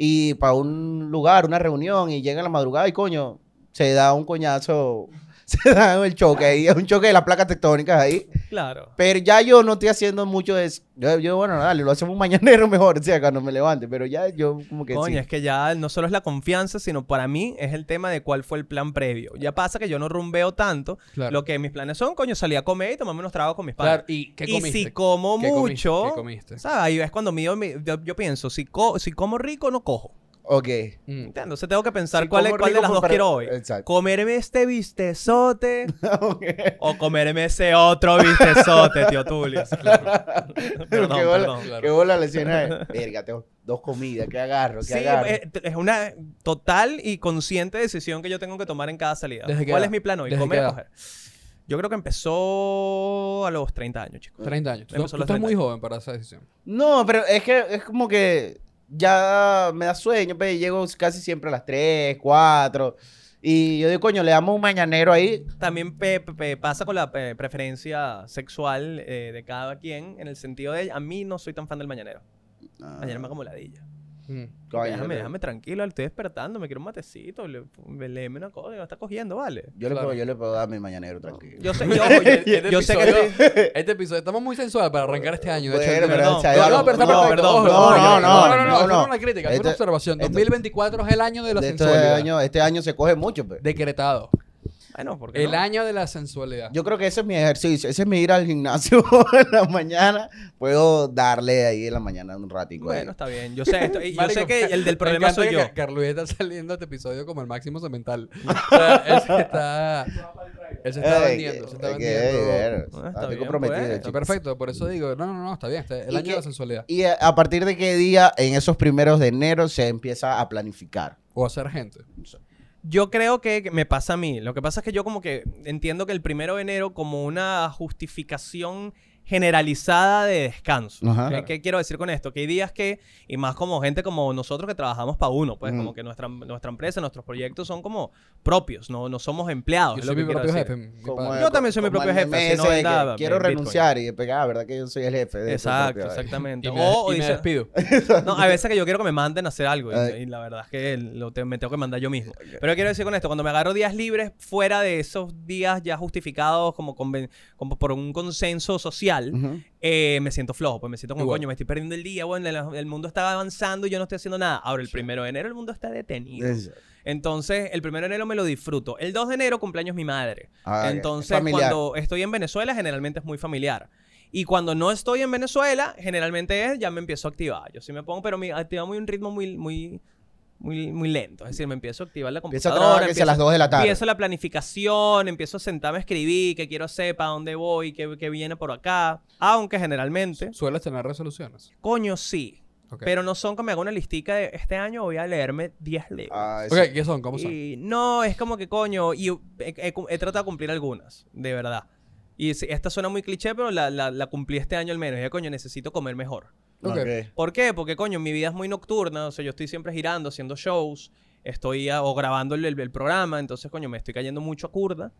y para un lugar, una reunión y llega en la madrugada y coño, se da un coñazo, se da el choque ahí, es un choque de las placas tectónicas ahí.
Claro.
Pero ya yo no estoy haciendo mucho de eso. Yo, yo, bueno, dale, lo hacemos mañanero mejor, o sea, cuando me levante, pero ya yo como que
Coño,
sí.
es que ya no solo es la confianza, sino para mí es el tema de cuál fue el plan previo. Ya pasa que yo no rumbeo tanto.
Claro.
Lo que mis planes son, coño, salir a comer y tomarme unos tragos con mis padres.
Claro, ¿Y qué
Y
comiste?
si como
¿Qué comiste?
mucho,
¿Qué comiste?
¿sabes? Ahí es cuando mido mi- yo, yo pienso, si, co- si como rico, no cojo.
Ok.
Mm.
Entonces tengo que pensar
Sí,
cuál, es,
como
cuál de
rico,
las
pues,
dos
para-
quiero hoy.
Exacto.
Comerme este vistezote
Ok.
o comerme ese otro vistezote, tío Tulis. perdón,
qué bola,
perdón.
claro.
qué bola la escena. de, Verga, tengo dos comidas, ¿qué agarro? ¿Qué
Sí, eh,
agarro?
es, es una total y consciente decisión que yo tengo que tomar en cada salida.
¿Desde qué
¿Cuál
edad?
es mi plan hoy?
¿Desde
¿Comer
qué
o
edad?
coger? Yo creo que empezó a los 30 años, chicos.
30 años. Tú, tú
Empezó a los
estás
30.
muy joven para esa decisión.
No, pero es que es como que ya me da sueño, pero llego casi siempre a las 3, 4. Y yo digo, coño, le damos un mañanero ahí.
También pe- pe- pe- pasa con la pe- preferencia sexual eh, de cada quien, en el sentido de, a mí no soy tan fan del mañanero.
Ah.
Mañana me hago moladilla.
Mm.
Coño,
déjame,
yo-
déjame tranquilo, estoy despertando, me quiero un matecito, le, léeme una cosa, me está cogiendo, vale.
Yo le,
Claro.
puedo, yo le puedo dar mi mañanero tranquilo.
Yo sé, yo, oye,
Este
yo sé que...
episodio-
estoy-
Este episodio, estamos muy sensuales para arrancar este año. De hecho,
Bueno,
el-
pero
perdón.
o sea,
No,
yo-
no, pero está
no,
perfecto.
no,
Ojo,
no,
ojo,
no,
no, no, no,
no,
eso no
no.
es una crítica, es
Este-
una observación.
este-
2024 es el año de la
De este,
sensualidad.
año, este año se coge mucho, pues.
Decretado.
Bueno, porque
El año de la sensualidad.
Yo creo que ese es mi ejercicio, ese es mi ir al gimnasio en la mañana. Puedo darle ahí en la mañana un ratico. ahí.
Bueno, está bien. Yo sé esto. Y yo
Marico,
sé que el del
me
problema
encanta
soy
que
yo.
Ca- Carlos está saliendo este episodio como el máximo semental. O sea, él se está, él se está
Ay,
vendiendo.
que-
Se está
que-
vendiendo.
bueno,
está
estoy
bien,
comprometido,
pues.
Está
chicos.
perfecto, por eso digo, no, no, no, está bien. está- el
¿Y
año de
qué-
la sensualidad.
¿Y a, a partir de qué día en esos primeros de enero se empieza a planificar?
O hacer gente.
Yo creo que me pasa a mí. Lo que pasa es que yo como que entiendo que el primero de enero como una justificación generalizada de descanso.
Ajá.
¿Qué-
Claro.
¿Qué quiero decir con esto? Que hay días que, y más como gente como nosotros que trabajamos para uno, pues
Mm.
como que nuestra, nuestra empresa, nuestros proyectos son como propios, no, no somos empleados.
Yo
es lo
soy
que
mi
quiero
propio
decir.
jefe. mi
Como
padre.
el-
Yo también soy mi
como
propio
el
jefe,
meme
si no
ese de
venda
que
mi
Quiero
Bitcoin.
renunciar y despegar, ¿verdad? Que yo soy el jefe. de esto,
Exacto,
propio, ¿verdad?
exactamente.
Y me,
o
y me
dice-
despido.
No, a veces que yo quiero que me manden a hacer algo. Y,
Ay.
y la verdad es que lo te- me tengo que mandar yo mismo. Pero quiero decir con esto, cuando me agarro días libres, fuera de esos días ya justificados como, conven- como por un consenso social,
Ujú.
eh, me siento flojo. Pues me siento como,
Igual.
coño, me estoy perdiendo el día, bueno, el, el mundo está avanzando y yo no estoy haciendo nada. Ahora, el primero de enero el mundo está detenido.
Es-
Entonces, el primero de enero me lo disfruto. El 2 de enero cumpleaños mi madre.
ah, ok.
Entonces,
Familiar.
cuando estoy en Venezuela, generalmente es muy familiar. Y cuando no estoy en Venezuela, generalmente es, ya me empiezo a activar. Yo sí me pongo, pero me activa muy un ritmo muy, muy, muy, muy lento. Es decir, me empiezo a activar la
Empieza a
computadora.
trabajar que sea a
empiezo,
las 2 de la tarde.
empiezo la planificación, empiezo a sentarme a escribir, qué quiero hacer, para dónde voy, qué, qué viene por acá. Aunque generalmente,
Sueles tener resoluciones.
coño, sí.
Ok.
Pero no son que me haga una listica de este año voy a leerme 10 libros.
Ah, eso.
Ok, ¿qué son? ¿Cómo son?
Y no, es como que coño, y he, he- he tratado de cumplir algunas, de verdad. Y si- esta suena muy cliché, pero la, la- la cumplí este año al menos. Ya coño, necesito comer mejor.
Ok.
Ok.
¿Por qué? Porque, coño, mi vida es muy nocturna. O sea, yo estoy siempre girando, haciendo shows. Estoy a- o grabando el, el- el programa. Entonces, coño, me estoy cayendo mucho a curda.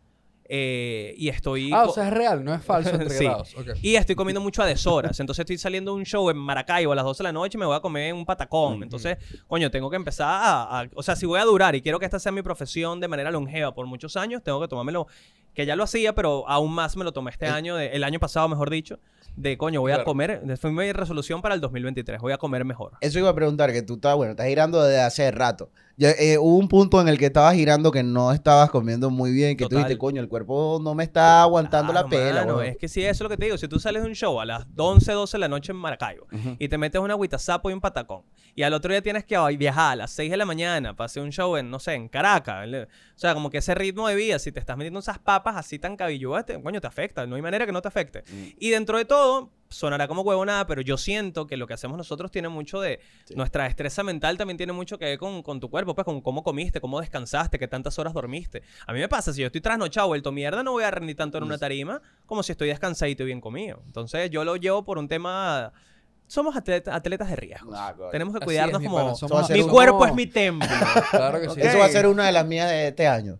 eh, y estoy...
Ah,
co-
o sea, es real, no es falso entre
Sí.
grados. Ok.
Y estoy comiendo mucho a deshoras. Entonces estoy saliendo a un show en Maracaibo a las 12 de la noche y me voy a comer un patacón. Entonces, coño, tengo que empezar a, a- O sea, si voy a durar y quiero que esta sea mi profesión de manera longeva por muchos años, tengo que tomármelo. Que ya lo hacía, pero aún más me lo tomé este año, de- el año pasado, mejor dicho, de coño, voy a
Eh. Claro.
comer. Fue mi resolución para el 2023, voy a comer mejor.
Eso iba a preguntar, que tú estás, bueno, estás girando desde hace rato. Ya, eh, hubo un punto en el que estabas girando que no estabas comiendo muy bien, que
Total.
tú dijiste, coño, el cuerpo no me está aguantando
Claro,
la pela.
mano,
weón".
Es que sí, eso es lo que te digo. Si tú sales de un show a las 11, 12 de la noche en Maracaibo y te metes una agüita sapo y un patacón y al otro día tienes que a- viajar a las 6 de la mañana para hacer un show en, no sé, en Caracas. ¿vale? O sea, como que ese ritmo de vida, si te estás metiendo esas papas así tan cabilludas, te- coño, te afecta. No hay manera que no te afecte. Y dentro de todo, sonará como huevonada, pero yo siento que lo que hacemos nosotros tiene mucho de... Nuestra destreza mental también tiene mucho que ver con, con tu cuerpo, pues con cómo comiste, cómo descansaste, qué tantas horas dormiste. A mí me pasa, si yo estoy trasnochado, vuelto mierda, no voy a rendir tanto en una tarima como si estoy descansadito y bien comido. Entonces yo lo llevo por un tema... Somos atleta- atletas de riesgo.
Nah, Ah, coño.
Tenemos que
Así
cuidarnos
es, mi pana,
como...
somos
Somos-
Mi
somos-
cuerpo es mi templo.
Claro que sí.
Eso va a ser una de las mías de este año.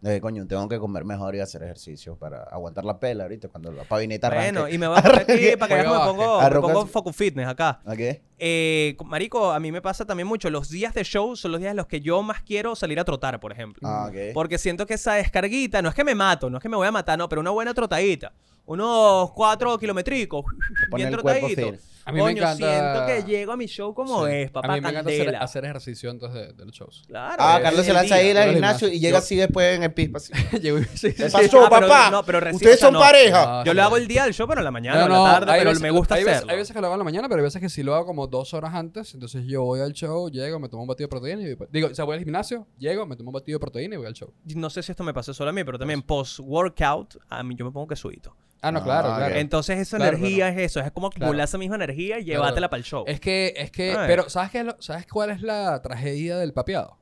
De, coño, tengo que comer mejor y hacer ejercicio para aguantar la pela ahorita cuando la pavineta arranque.
bueno, y me voy a poner aquí para que veas que me
Juega
pongo,
básquet.
me pongo
Arrojas-
Focus Fitness acá.
¿A ¿Ah, qué?
Eh, marico, a mí me pasa también mucho. Los días de show son los días en los que yo más quiero salir a trotar, Mm, por ejemplo.
Ah, ok.
Porque siento que esa descarguita, no es que me mato, no es que me voy a matar, no, pero una buena trotadita. Unos cuatro kilométricos,
pone
bien
el cuerpo
trotadito.
firme.
A mí me
Coño,
encanta-
siento que llego a mi show como
Sí.
es,
A
papá,
mí me encanta hacer,
candela.
hacer ejercicio antes de, de los shows.
Claro,
Ah,
es
Carlos se
el
lanza
día.
ahí al
Yo-
gimnasio y llega
yo-
así después en el pispa. así.
Llego y- sí, sí,
¿Qué
sí.
pasó,
Ah, pero-
papá?
no, pero recién,
Ustedes
o sea,
son
no.
pareja.
Ah,
Yo
sí.
lo hago el día del show, pero en la mañana,
No,
o en la
no,
tarde,
hay
pero
veces-
me gusta
hay veces-
hacerlo.
hay veces que lo hago en la mañana, pero hay veces que sí lo hago como dos horas antes. Entonces yo voy al show, llego, me tomo un batido de proteína y voy pa- digo, o sea, voy al gimnasio, llego, me tomo un batido de proteína y voy al show.
No sé si esto me pasó solo a mí, pero también
Pues.
post-workout, a mí yo me pongo quesudito.
Ah, no,
Ah,
claro,
ok.
claro.
Entonces esa
Claro,
energía es eso, es como acumular
Claro.
esa misma energía y llevártela para el show.
Es que, es que,
Ay.
pero ¿sabes, qué es lo- ¿sabes cuál es la tragedia del papeado?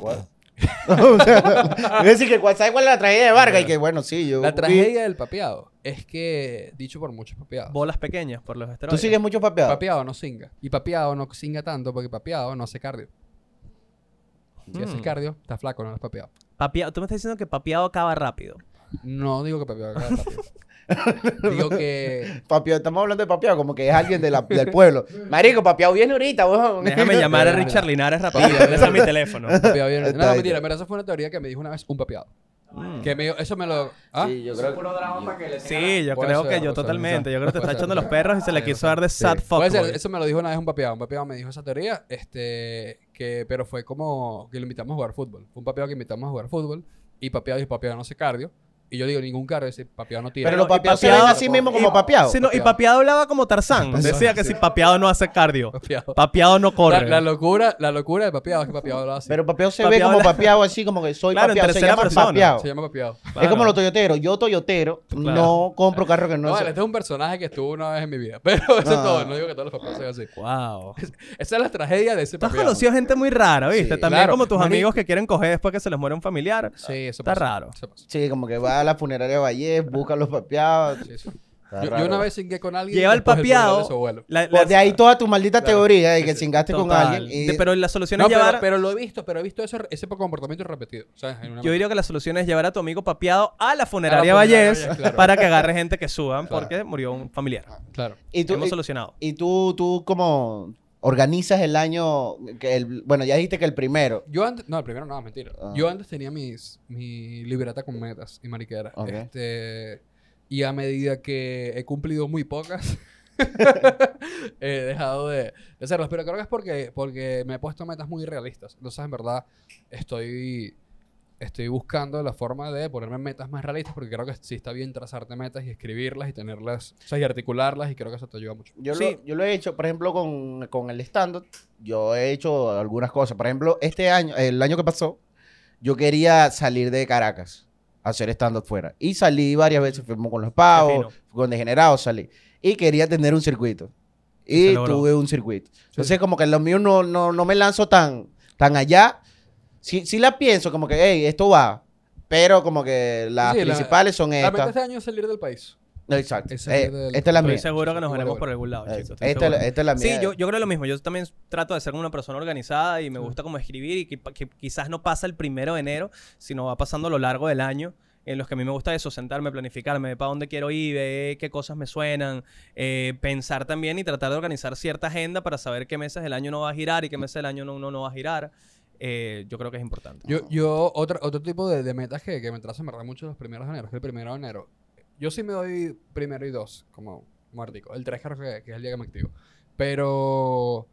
O sea, es decir, que cuál- ¿sabes cuál es la tragedia de Vargas? Y que bueno, sí, yo.
La
vi-
tragedia del papeado es que, dicho por muchos papeados,
Bolas pequeñas por los
Tú
esteroides.
sigues mucho papeado.
papeado no singa. Y papeado no singa tanto porque papeado no hace cardio. Si
Mm.
haces cardio, estás flaco, no eres papeado.
Papeado- tú me estás diciendo que papeado acaba rápido.
No digo que papeado acaba rápido. digo que...
Papeado, estamos hablando de papeado, como que es alguien de la- del pueblo. Marico, papeado viene ahorita, weón.
Déjame llamar a Richard Linares rápido, regresa a mi teléfono.
papeado viene-
Está
No, no,
bien.
mentira, pero esa fue una teoría que me dijo una vez un papeado. Que me, eso me lo... ¿ah?
Sí, yo
Es
creo que.
puro drama para que le
Sí, yo
Puede
creo
ser,
que
puede
yo
ser,
totalmente.
quizás.
Yo creo que te
Puede
está
ser.
echando los perros y se le
Sí,
quiso
puede
dar de sad fuck.
Puede ser,
boy.
eso me lo dijo una vez un papeado. Un papeado me dijo esa teoría, este, que, pero fue como que lo invitamos a jugar fútbol. Fue un papeado que invitamos a jugar fútbol y papeado dijo, papeado no hace cardio. Y yo digo, ningún cardio, ese papeado no tiene.
Pero los
Bueno, y
papeados se ven
papeado-
así mismo como
y-
papeados.
Sí, no, y papeado hablaba como Tarzán. Decía que si papeado no hace cardio,
Papeado.
papeado no
La,
corre.
la locura, la locura de papeado es que papeado lo hace.
Pero papeado se ve
Papeado
como
la-
papeado, así como que soy
Claro, en
papeado. Se
tercera
llama
persona.
papeado.
se llama papeado.
Es
Claro.
como los toyoteros. Yo, toyotero, no compro carro que
No,
no
vale,
sea-
este es un personaje que estuvo una vez en mi vida. Pero eso es
Ah.
todo. No digo que todos los papeados sean así.
Wow.
Esa es la tragedia de ese
Tú has
papeado.
conocido gente muy rara, ¿viste?
Sí,
También
claro.
como tus
Marico.
amigos que quieren coger después que se les muere un familiar.
Sí, eso
Está
pasa.
raro.
Eso pasa.
Sí, como que va a la funeraria de Vallés, busca los papeados.
Sí, sí.
Está
Yo, yo
raro.
una vez singué con alguien.
Lleva el
después del funeral de su
papeado.
abuelo.
la- la-
Pues de ahí toda tu maldita
Claro.
teoría de que chingaste con
Total.
alguien. Y...
De- pero la solución
No,
es
pero,
llevar.
pero lo he visto, pero he visto eso- ese comportamiento repetido. ¿sabes? En una
yo diría que la solución es llevar a tu amigo papeado a la funeraria
A la funeraria,
Vallés
claro.
para que agarre gente que suba porque murió un familiar.
Claro.
Y tú,
Hemos
y-
solucionado.
y tú, tú como organizas el año, que el- bueno, ya dijiste que el primero.
Yo antes, no, el primero no, mentira.
Ah.
Yo antes tenía mis, mi libreta con metas y mariqueras.
Ok.
Este, y a medida que he cumplido muy pocas, he dejado de, de hacerlas. Pero creo que es porque, porque me he puesto metas muy realistas. Entonces, en verdad, estoy, estoy buscando la forma de ponerme metas más realistas porque creo que sí está bien trazarte metas y escribirlas y tenerlas, o sea, y articularlas y creo que eso te ayuda mucho.
Yo,
Sí.
lo, yo lo he hecho, por ejemplo, con, con el stand-up. Yo he hecho algunas cosas. Por ejemplo, este año, el año que pasó, yo quería salir de Caracas, a hacer stand-up fuera. Y salí varias veces, fuimos con los pavos,
fino.
con degenerados salí. Y quería tener un circuito.
Se
Y
logró.
tuve un circuito. Entonces, como que lo mío no, no, no me lanzo tan, tan allá. Sí, sí la pienso, como que, hey, esto va. Pero como que las
Sí, la-
principales son
La meta
estas.
este año es salir del país.
Exacto.
Esa es
Eh,
del-
esta es la
Estoy
mía.
seguro que nos
Seguro,
veremos
seguro.
por algún lado,
Eh,
chicos. estoy
Esta,
seguro.
esta es la mía.
Sí, yo, yo creo lo mismo. Yo también trato de ser una persona organizada y me gusta como escribir y que, pa- que quizás no pasa el primero de enero, sino va pasando a lo largo del año. En los que a mí me gusta eso, sentarme, planificarme, para dónde quiero ir, ver qué cosas me suenan, eh, pensar también y tratar de organizar cierta agenda para saber qué meses del año no va a girar y qué meses del año no, no, no va a girar. Eh, yo creo que es importante.
Yo, yo otro, otro tipo de, de metas que, que me trazo en verdad mucho los primeros de enero, es que el primero de enero. Yo sí me doy primero y dos, como muertico. El tres creo que, que es el día que me activo. Pero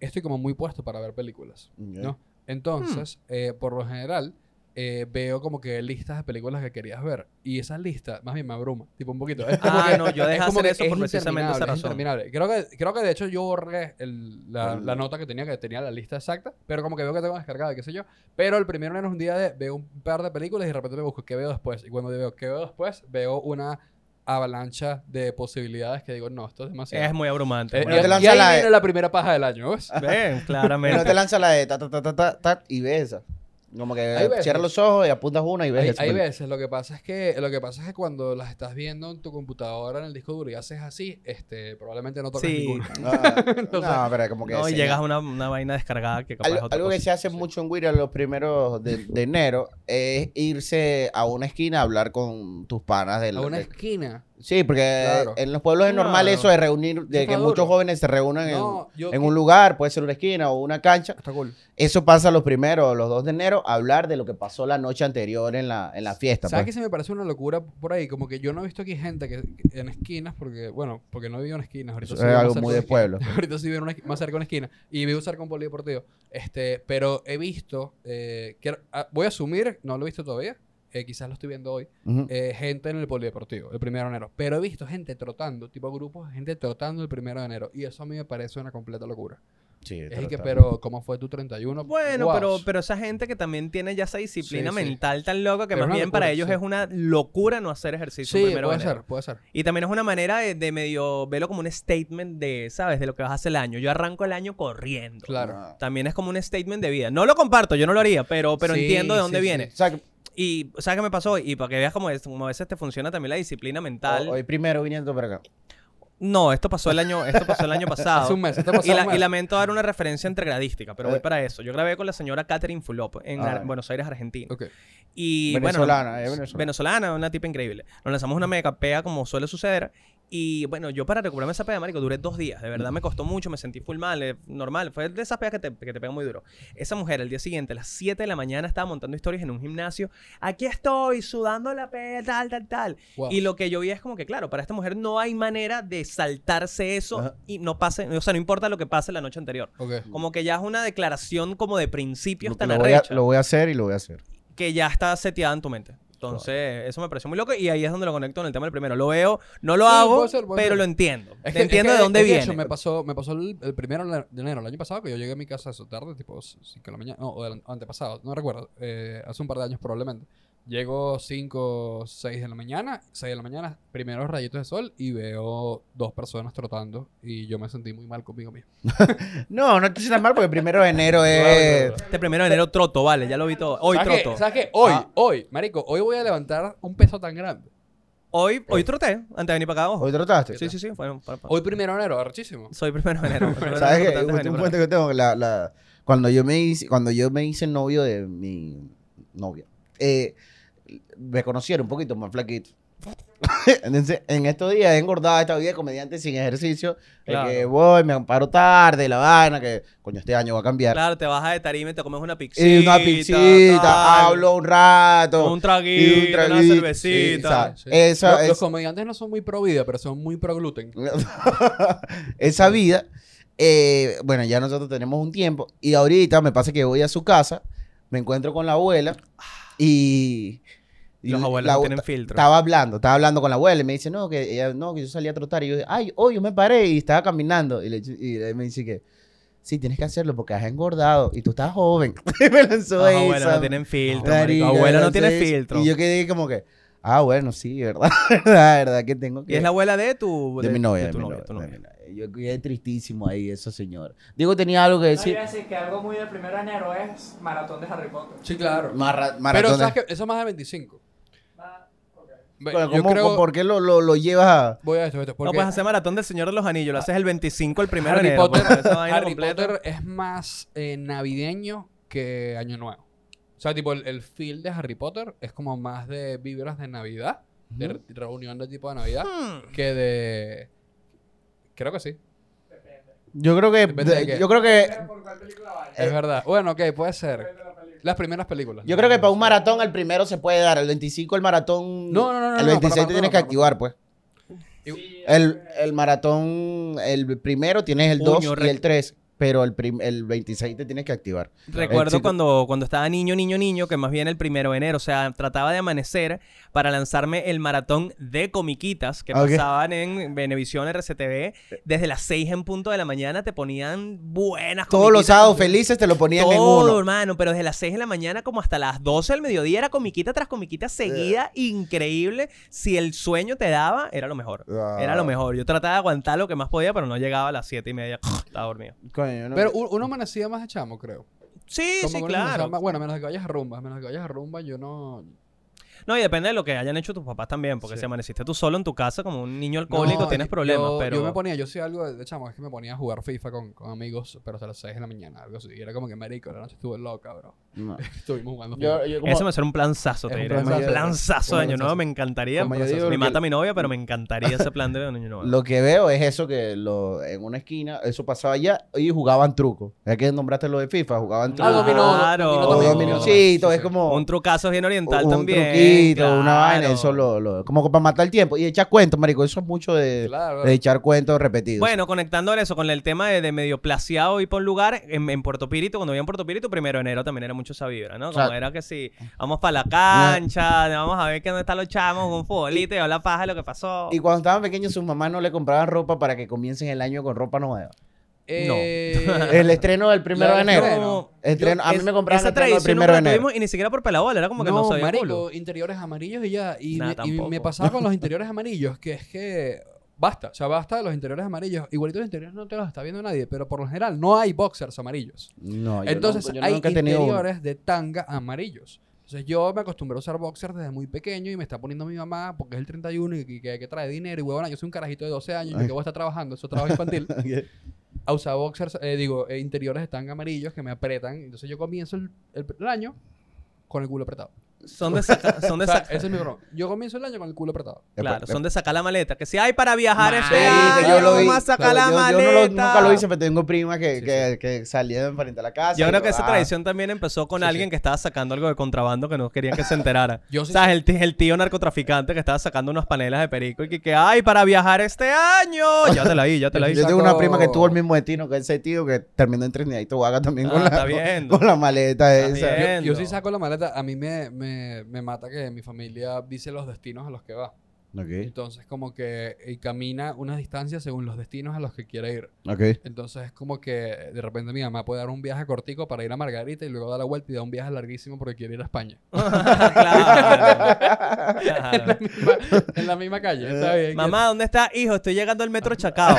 estoy como muy puesto para ver películas. ¿no? Entonces, eh, por lo general, eh, veo como que listas de películas que querías ver. Y esas listas, más bien me abruma, tipo un poquito. Es como
Ah,
que-
no, yo dejé
es como
hacer
que
eso
es
por precisamente esa
interminable, es
razón.
interminable. Creo que, creo que de hecho yo borré el- la, la nota que tenía, que tenía la lista exacta, pero como que veo que tengo descargada, qué sé yo. Pero el primero era un día de veo un par de películas y de repente me busco qué veo después. Y cuando veo qué veo después, veo una avalancha de posibilidades que digo, no, esto es demasiado.
Es muy abrumante.
Eh,
Bueno,
y,
te
y
lanza
ahí
la-
e
viene la primera paja del año, ¿ves?
Ven,
Pero no te
claramente.
lanza la de ta ta ta ta ta, ta, y ves esa. Como
Hay
que
veces.
cierras los ojos y apuntas una y ves
Hay,
esa
hay
película.
veces, lo que pasa es que lo que pasa es que cuando las estás viendo en tu computadora en el disco duro y haces así, este probablemente no tocas
Sí.
ninguna.
Ah,
No
no, pero como que
No, y
se-
llegas a una, una vaina descargada que capaz es
Algo,
otra
algo que
cosa.
se hace mucho en Guira los primeros de, de enero es irse a una esquina a hablar con tus panas del.
A una
de-
esquina.
Sí, porque
Claro.
en los pueblos es normal
Claro.
eso de reunir, de
Eso
que
está
muchos
duro.
jóvenes se reúnen en-
No, yo-
en, un lugar, puede ser una esquina o una cancha.
Está cool.
Eso pasa los primeros, los dos de enero, a hablar de lo que pasó la noche anterior en la, en la fiesta.
¿Sabes que
pues.
se me parece una locura por ahí? Como que yo no he visto aquí gente que, que en esquinas, porque, bueno, porque no vivo en esquinas. Ahorita
Eso
sí
es
vivo
algo
más
muy de
cerca una
pueblo.
esquina. Ahorita sí vivo en una esqui- más cerca de una esquina. Y vivo cerca de un polideportivo. Este, pero he visto, eh, que, ah, voy a asumir, no lo he visto todavía, eh, quizás lo estoy viendo hoy,
Ujú.
eh, gente en el polideportivo, el primero de enero. Pero he visto gente trotando, tipo grupos, de gente trotando el primero de enero. Y eso a mí me parece una completa locura.
Sí,
Es
pero
que,
está-
pero, ¿cómo fue tu 31?
Bueno,
Guau.
pero, pero esa gente que también tiene ya esa disciplina
Sí, sí.
mental tan loca que
Pero es
más
una
bien para
locura,
ellos
sí.
es una locura no hacer ejercicio
Sí,
primero de
puede
enero.
ser, puede ser.
Y también es una manera de, de medio verlo como un statement de, ¿sabes? De lo que vas a hacer el año. Yo arranco el año corriendo.
Claro.
Ah.
También es como un statement de vida. No lo comparto, yo no lo haría, pero, pero
Sí,
entiendo de dónde
sí, sí.
viene.
O sea, que
Y ¿sabes qué me pasó? Y para que veas cómo, es- cómo a veces te funciona también la disciplina mental.
ho- hoy primero viniendo para acá.
No, esto pasó el año, esto pasó el año pasado.
Hace un mes, esto
Y,
pasó
la-
un
y
mes.
lamento dar una referencia entre gradística, pero voy
Eh.
para eso. Yo grabé con la señora Catherine Fulop en
Ah.
Ar- Buenos Aires, Argentina.
Ok.
Y
Venezolana,
bueno,
eh, venezolana.
una tipa increíble. Nos lanzamos una mega pea como suele suceder. Y bueno, yo para recuperarme esa pea, marico, duré dos días. De verdad me costó mucho, me sentí full mal, eh, normal. Fue de esas peas que te, que te pegan muy duro. Esa mujer, el día siguiente, a las 7 de la mañana, estaba montando historias en un gimnasio. Aquí estoy, sudando la pea, tal, tal, tal.
Oh.
Wow.
Y lo que yo vi es como que, claro, para esta mujer no hay manera de saltarse eso
Ajá. Mm.
y no pase, o sea, no importa lo que pase la noche anterior.
Ok.
Como que ya es una declaración como de principios
Lo,
tan
lo voy a,
arrecha
lo voy a hacer y lo voy a hacer.
que ya está seteada en tu mente. Entonces, eso me pareció muy loco y ahí es donde lo conecto en el tema del primero. Lo veo, no lo
Sí,
hago,
puede ser, puede
pero
ser.
lo entiendo.
Es que-
entiendo
es que-
de dónde
es que
viene.
hecho, me pasó, me pasó el, el primero de enero, el año pasado, que yo llegué a mi casa eso tarde, tipo 5 de la mañana, no, o del antepasado, no recuerdo, eh, hace un par de años probablemente. Llego 5, 6 de la mañana, 6 de la mañana, primeros rayitos de sol y veo dos personas trotando y yo me sentí muy mal conmigo mismo.
No, no te sientas mal porque primero de enero es.
Este primero de enero troto, vale, ya lo vi todo. Hoy
¿Sabes qué?
troto.
¿Sabes qué? Hoy,
Ah.
hoy, marico, hoy voy a levantar un peso tan grande.
Hoy, hoy troté, antes de venir para acá, ojo.
¿Hoy trataste?
Sí, sí, sí. bueno, pa- pa-
Hoy primero de enero, arrechísimo.
Soy primero de enero. Primero de
¿Sabes
enero,
qué?
antes de
Justo
venir
un
para acá.
puente que tengo, la- la- cuando, yo me hice, cuando yo me hice novio de mi novia, eh, me conocieron un poquito más flaquito. Entonces, en estos días he engordado esta vida de comediante sin ejercicio. de
Claro.
que voy, me amparo tarde, la vaina, que coño, este año va a cambiar.
Claro, te bajas de tarima y te comes una pixita.
Y una pizzita,
tal,
hablo un rato.
Un traguito,
y
una
traguito,
cervecita.
sí, ¿sabes?
Sí.
Esa
Lo-
es-
Los comediantes no son muy pro vida, pero son muy pro gluten.
esa vida. eh, bueno, ya nosotros tenemos un tiempo. Y ahorita me pasa que voy a su casa, me encuentro con la abuela y. y
Los abuelos
la
no
abue-
tienen filtro.
Estaba hablando, estaba hablando con la abuela y me dice, no, que ella, no, que yo salí a trotar. Y yo, ay, hoy yo me paré y estaba caminando. Y, le- y ella me dice que, sí, tienes que hacerlo porque has engordado y tú estás joven. me lanzó
Los abuelos
esa.
no tienen filtro, marico.
Marica,
Abuela no
lanzó
tiene
esa.
filtro.
Y yo quedé como que, ah, bueno, sí, verdad, verdad, verdad que tengo que...
Y es la abuela de tu...
De mi novia.
de tu
de mi
novia,
novia,
tu
de
novia.
mi novia. Yo quedé tristísimo ahí, esa señora. Digo, tenía algo que
No, yo
decir.
iba a decir que algo muy del 1 de enero es maratón de Harry Potter.
Sí, claro.
Marra-
Pero
maratón.
sabes que eso es más de 25.
Ah, ok.
Ve,
Bueno,
yo
¿cómo-
creo...
¿Por qué lo, lo- lo llevas a...?
Voy a esto, esto.
No
Porque
puedes hacer maratón del Señor de los Anillos. Lo haces el 25, el primero de
Harry,
enero.
Potter,
pues, esa vaina
Harry
completa.
Potter es más eh, navideño que Año Nuevo. O sea, tipo, el, el feel de Harry Potter es como más de vibras de Navidad, de re- reunión de tipo de Navidad,
Hmm.
que de... Creo que sí,
Yo creo que...
Depende de qué.
yo creo que...
¿Por cuál película vaya?
es verdad. Bueno, ok, puede ser.
Depende de la película.
Las primeras películas.
Eh. Yo
¿no?
creo que para un maratón el primero se puede dar. El 25 el maratón...
No, no, no, no,
El
no, para
26 te
maratón,
tienes que
para
activar, pues.
Sí,
El, el maratón, el primero tienes el
Coño,
2 y
rec-
el 3. Pero el, prim- el 26 te tienes que activar.
Recuerdo
Éxito.
cuando, cuando estaba niño, niño, niño, que más bien el primero de enero, o sea, trataba de amanecer para lanzarme el maratón de comiquitas que
Ok.
pasaban en Venevisión, RCTV. Desde las 6 en punto de la mañana te ponían buenas
Todos los
comiquitas.
sábados felices te lo ponían en
Todo,
uno.
hermano, pero desde las 6 de la mañana como hasta las 12 del mediodía era comiquita tras comiquita seguida,
Eh.
increíble. Si el sueño te daba, era lo mejor.
Ah.
Era lo mejor. Yo trataba de aguantar lo que más podía, pero no llegaba a las 7 y media. Estaba dormido.
Coño, no-
Pero u- uno amanecía más de chamo, creo.
Sí,
Como
sí,
que uno amanecía
claro.
más- bueno, menos que vayas a rumba, menos que vayas a rumba, yo no...
No, y depende de lo que hayan hecho tus papás también, porque
Sí.
si amaneciste tú solo en tu casa como un niño alcohólico,
No,
tienes
yo-
problemas,
yo,
pero...
Yo me ponía, yo sí algo de, de chamo, es que me ponía a jugar FIFA con, con amigos, pero hasta las 6 de la mañana, algo así. Y era como que marico, la noche estuve loca, bro.
no.
Estuvimos jugando
Yo,
FIFA.
yo como-
Eso me suena un planzazo, te
Es un
diré. Un
planzazo.
planzazo de
Un
año nuevo,
planzazo.
me encantaría.
Como yo digo,
Me
lo
mata
que-
mi novia, pero me encantaría ese plan de año nuevo.
Lo que veo es eso que lo, en una esquina, eso pasaba allá y jugaban truco. Ya que nombraste lo de FIFA, jugaban truco.
Ah, dominó,
O
dominó también,
dominó,
dominó.
sí,
Sí,
todo
sí.
es como
Un trucazo bien oriental
un
también.
truquito, una
claro.
vaina, eso lo, lo- como para matar el tiempo. Y echar cuentos, marico, eso es mucho de,
Claro.
de echar cuentos repetidos.
Bueno, conectando ahora eso con el tema de, de medio placeado y por lugar, en, en Puerto Pirito, cuando vivía en Puerto Pirito, primero de enero también era mucho esa vibra, ¿no? Como
Claro.
era que si vamos para la cancha, vamos a ver que dónde están los chamos, un futbolito, y a la paja lo que pasó.
Y cuando estaban pequeños, sus mamás no le compraban ropa para que comiencen el año con ropa nueva.
no.
Eh,
El estreno del primero
La
de
del
enero.
estreno.
Estreno- a mí
es-
me compraban
esa
el estreno el
tradición
primero de
nunca la
enero.
tuvimos y ni siquiera por pelabola, era como que no,
no,
sabía
marico,
culo.
interiores amarillos y ya. Y,
Nah,
me, y me
tampoco.
pasaba con los interiores amarillos, que es que basta, o sea, basta de los interiores amarillos. Igualito los interiores no te los está viendo nadie, pero por lo general no hay boxers amarillos.
No, yo
Entonces
nunca- yo
hay
nunca he tenido uno.
interiores de tanga amarillos. Entonces yo me acostumbré a usar boxers desde muy pequeño y me está poniendo mi mamá porque es el 31 y que, que- que trae dinero y huevona, yo soy un carajito de 12 años, yo que voy a estar trabajando, eso es trabajo infantil. a usar boxers, eh, digo, eh, interiores de tanga amarillos que me apretan. Entonces yo comienzo el, el- el año con el culo apretado.
Son de saca- son de
O sea,
saca-
ese es mi broma. Yo comienzo el año con el culo apretado.
Claro, son de sacar la maleta. Que si hay para viajar este
Sí, que
año,
yo lo vi.
vamos a sacar
Claro,
la
yo- yo
maleta.
no lo- nunca lo hice, pero tengo primas que,
Sí,
que, que salían frente a la casa.
Yo
y
creo que
ah,
esa tradición también empezó con
Sí,
alguien
sí.
que estaba sacando algo de contrabando que no querían que se enterara.
Yo sí-
¿Sabes? El tío, el tío narcotraficante que estaba sacando unas panelas de perico y que, que ¡ay, para viajar este año! Ya te la di, ya te la di.
Yo tengo
saco-
una prima que tuvo el mismo destino que ese tío que terminó en Trinidad y Tobago también con,
Ah, está
la,
viendo.
con la maleta
Está
esa.
bien.
Yo, yo sí
Entiendo.
saco la maleta. A mí me, me, me mata que mi familia dice los destinos a los que va.
Ok,
Entonces como que eh, camina unas distancias según los destinos a los que quiere ir.
ok.
Entonces es como que de repente mi mamá puede dar un viaje cortico para ir a Margarita y luego da la vuelta y da un viaje larguísimo porque quiere ir a España.
claro. Claro.
en la misma calle, está
Eh,
bien.
Mamá, ¿dónde está? Hijo, estoy llegando al metro Chacao.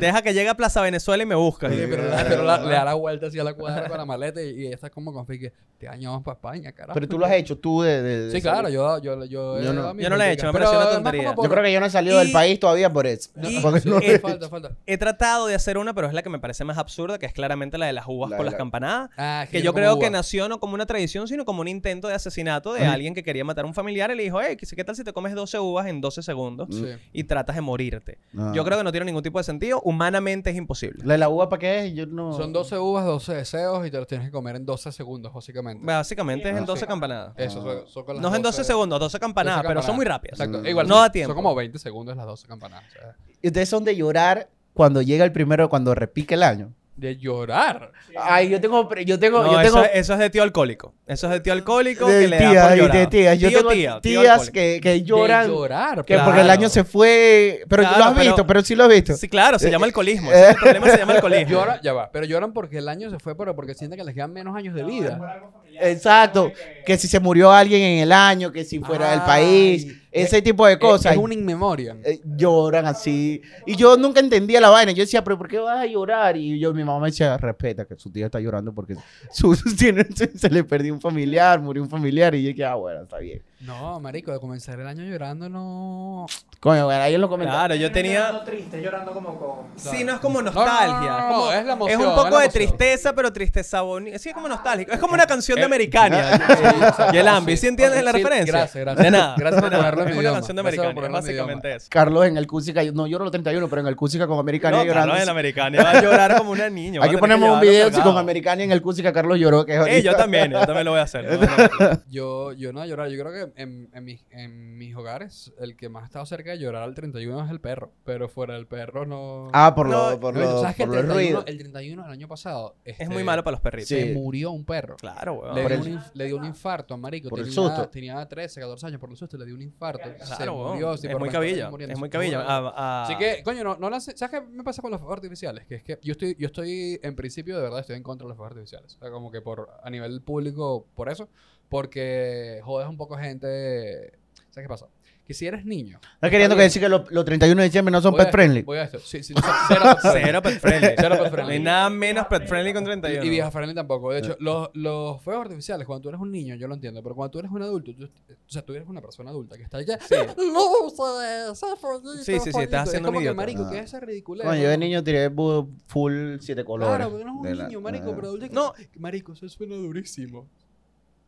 Deja que llegue a Plaza Venezuela y me buscas.
Sí, pero,
Eh,
la- pero la- le da la vuelta así a la cuadra con la maleta y, y está como con fe que este te añamos para España, carajo.
Pero tú lo has hecho, tú de... de- de-
Sí, claro, yo, yo, yo,
Yo no-
dado mis
yo no lo he hecho,
vuelticas,
me pareció una
pero además
tontería.
como
Yo creo que yo no he salido
Y-
del país todavía por eso.
y-
Porque
por-
no-
Sí, Eh, falta, falta.
He tratado de hacer una, pero es la que me parece más absurda, que es claramente la de las uvas
La
con
de
las
la-
campanadas.
Ah, es
Que
yo
yo
como
creo
uva.
que nació no como una tradición, sino como un intento de asesinato de alguien que quería matar a un familiar y le dijo, hey, ¿qué tal si te comes 12 uvas en 12 segundos
Mm.
Sí.
y tratas de morirte?
No.
Yo creo que no tiene ningún tipo de sentido. Humanamente es imposible.
¿La de la uva para qué es? Yo no...
Son 12 uvas, 12 deseos y te los tienes que comer en 12 segundos, básicamente.
Básicamente es en
Ah,
12
sí.
campanadas.
Eso, son, son con las
No es en 12 segundos, 12 campanadas,
12
pero son muy rápidas.
Exacto.
Mm.
E Igual,
No
son-
da tiempo.
Son como 20 segundos las 12 campanadas. o sea,
Y Ustedes son de llorar cuando llega el primero, cuando repique el año.
de llorar.
Ay, yo tengo... Yo tengo...
No,
yo
eso,
tengo...
eso es de tío alcohólico. Eso es de tío alcohólico
de
que le da por
tías, y
llorar.
de tías. Yo
Tío,
tengo
tía, tío
tías
alcohólico.
que, que lloran.
De llorar.
que porque el
Claro.
año se fue. Pero
Claro,
lo has
pero-
visto, pero sí lo has visto.
Sí, claro, se llama alcoholismo. Ese es el problema se llama alcoholismo.
Llora, ya va. Pero lloran porque el año se fue, pero porque sienten que les quedan menos años de
no, es por
vida.
algo familiar.
Exacto.
Que-
Que si se murió alguien en el año, que si fuera del
Ay,
país, ese tipo de
Es,
cosas.
es un inmemoria.
Eh, lloran así. Y yo nunca entendía la vaina. Yo decía, pero ¿por qué vas a llorar? Y yo, mi mamá me decía, respeta que su tía está llorando porque su, tiene- se, se le perdió un familiar, murió un familiar. Y yo dije, ah, bueno, está bien.
No, marico, de comenzar el año llorando no...
Coño, bueno, ahí en los comentarios.
Claro, yo tenía...
Llorando triste, llorando como con.
Sí, no es como nostalgia.
no,
es como-
es la emoción,
un
es
poco
la
de
emoción. Eh,
tristeza, pero tristeza bonita. Sí, es como nostálgico. Es como una canción de Americana.
exacto,
Yelambi, ¿sí
sí.
entiendes la
Sí,
referencia?
gracias, gracias.
De nada.
Gracias por
de nada.
ponerlo en mi
Es una
idioma.
canción de
Gracias por
Americana, es
ponerlo en mi
básicamente eso.
Carlos en el Cusi cayó- No lloro los 31, pero en el Cusica con Americana
No,
llorando.
Carlos en Americana va a llorar como una niña. va a tener
Aquí
que
ponemos un
llevarlo
video si
cargado.
con Americana y en el Cusica Carlos lloró, que es
Eh, yo
ahorita.
también, yo también lo voy a hacer. lo voy a hacer.
Yo, yo no voy a llorar. Yo creo que en, en, mis, en mis hogares, el que más ha estado cerca de llorar al 31 es el perro. Pero fuera del perro no.
Ah, por,
No,
lo, por,
Coño,
lo,
¿Sabes que
por
el
los
31,
ruidos.
el 31 del año pasado este,
Es muy malo Ah. para los perritos.
Sí.
se murió un perro?
Claro, weón.
Le,
Por
dio
el-
un, inf- le dio un infarto a Marico.
por el
tenía,
susto.
Tenía 13, 14 años por el susto. Le dio un infarto. se
Claro, weón.
murió. sí,
es
por
muy
la enfermedad
cabilla.
muriendo,
Es muy
se murió.
cabilla. Ah, ah.
Así que, coño, no, no lance- ¿sabes qué me pasa con los fuegos artificiales? Que es que yo estoy, yo estoy, en principio, de verdad, estoy en contra de los fuegos artificiales. O sea, como que por, a nivel público, por eso. Porque jodes un poco gente. ¿Sabes qué pasa? Que si eres niño.
Estás queriendo que decir que los los 31 de diciembre no son
voy a-
pet friendly.
Voy a esto. Sí, sí, cero,
Cero pet friendly.
Cero pet
No
friendly.
hay nada menos pet friendly con 31.
Y, y vieja friendly tampoco. De
Eh.
hecho, los, los fuegos artificiales, cuando tú eres un niño, yo lo entiendo, pero cuando tú eres un adulto, tú, eh, o sea, tú eres una persona adulta que está allá.
Sí.
Luces, zafollitos,
Sí, sí, sí, estás
follitos".
haciendo
Es como
un
que,
idiota.
marico,
Ah.
que esa ridiculez.
Coño, yo
¿no?
de niño tiré bu- full siete colores.
Claro, porque no es un
De la-
niño, marico,
Ah.
pero adulto. que-
No.
Marico, eso suena durísimo.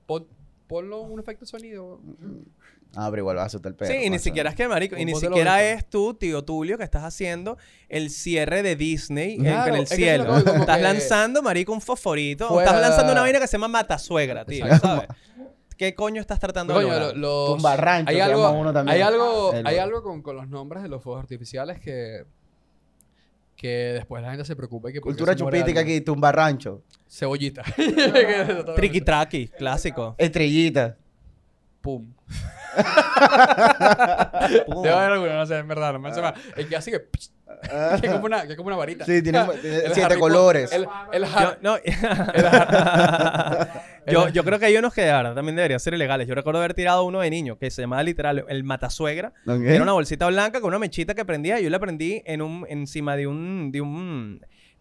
Pon- ponlo un efecto de sonido.
Ah, pero igual vas a soltar el pedo.
sí, y ni
macho.
siquiera es que, marico, y
Un
ni
bote de
siquiera
lobito.
es tú, tío Tulio, que estás haciendo el cierre de Disney en-
Claro,
en el
es que eso es lo que
cielo.
voy, como
estás
que-
lanzando, marico, un fosforito. o
Fuera-
Estás lanzando una vaina que se llama Matasuegra, tío,
Exacto.
¿sabes? ¿Qué coño estás tratando
Coño,
de
lo-
lograr?
los.
Tumbarrancho
hay
se
algo,
llama uno también. Ah,
Hay algo,
El-
hay algo con, con los nombres de los fuegos artificiales que. Que después la gente se preocupa y que. por qué
Cultura
se muere
chupítica
alguien.
aquí, tumbarrancho.
Cebollita.
Triqui Traqui, clásico.
Estrellita.
Pum.
Pum.
Debe haber alguno, no sé, es verdad. No me hace más. El que hace que. Que es como una, que es como una varita.
Ah. Sí, tiene, tiene
Ah, El
siete
Harry
colores.
El, el
Ah, Yo,
Har-
no. yo, yo creo que hay unos que de verdad también deberían ser ilegales. Yo recuerdo haber tirado uno de niño que se llamaba literal el matasuegra.
Ok.
Era una bolsita blanca con una mechita que prendía. y Yo la prendí en un, encima de un, de un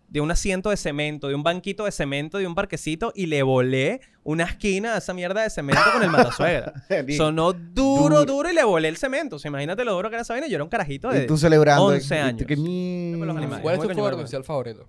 de un asiento de cemento, de un banquito de cemento, de un parquecito y le volé una esquina a esa mierda de cemento con el matasuegra.
Bien.
Sonó duro,
Duro.
duro, y le volé el cemento. O sea, imagínate lo duro que era esa vaina. Yo era un carajito de...
Y tú celebrando.
11
y tú
años.
que,
Con los animales.
¿Cuál es tu
muy coño
fuego
verga.
artificial favorito?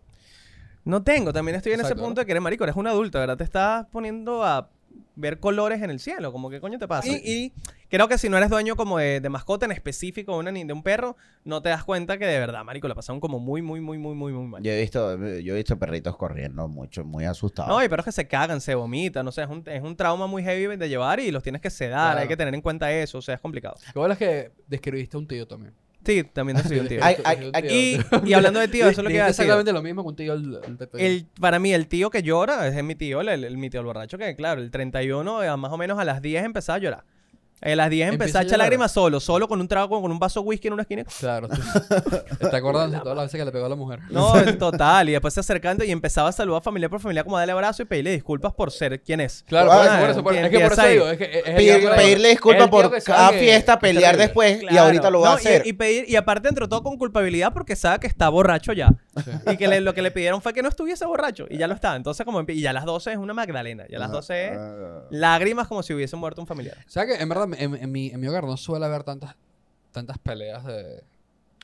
No tengo, también estoy en ese
Exacto,
punto
¿verdad?
de que eres marico, eres un adulto, ¿verdad? Te estás poniendo a ver colores en el cielo, como que coño te pasa. Y, y creo que si no eres dueño como de, de mascota en específico, de una, ni de un perro, no te das cuenta que de verdad, marico, la pasaron como muy, muy, muy, muy, muy, muy mal.
Yo he visto, yo he visto perritos corriendo mucho, muy asustados.
No, hay perros que se cagan, se vomitan, no sé, es un, es un trauma muy heavy de llevar y los tienes que sedar,
Claro.
hay que tener en cuenta eso, o sea, es complicado.
Lo bueno es que describiste a un tío también.
Sí, también decidí un tío.
Ay,
Y, y hablando de tío, eso es lo que iba a
Dijiste
decir.
exactamente lo mismo con un tío. El, el tío.
El, para mí, el tío que llora es mi tío, el, el- mi tío el borracho, que claro, el 31, eh, más o menos a las 10 empezaba a llorar. Eh, A las 10
Empieza
empezaba
a
a echar
llorar.
lágrimas solo, solo con un trago, con un vaso de whisky en una esquina.
Claro. tú- ¿Te acuerdas de todas las veces que le pegó a la mujer?
No, es total. Y después se acercando y empezaba a saludar familia por familia, como darle abrazo y pedirle disculpas por ser quien es.
Claro,
Ah,
por eso,
eh,
por eso, por- es que por
empieza
eso
ahí.
digo, es que es- es el
Pedir-
tío que-
pedirle
es
disculpas
el tío
por
que
cada
sabe-
fiesta, pelear después y
Claro.
ahorita lo va a
No, y-
hacer.
Y, pedir, y aparte, entre todo, con culpabilidad porque sabe que está borracho ya.
Sí.
Y que le- lo que le pidieron fue que no estuviese borracho. Y ya lo está. Entonces, como. empie- Y ya a las 12 es una Magdalena. Ya a las 12 es
Ah.
lágrimas como si hubiese muerto un familiar.
O sea que en verdad en, en mi, en mi hogar no suele haber tantas tantas peleas de,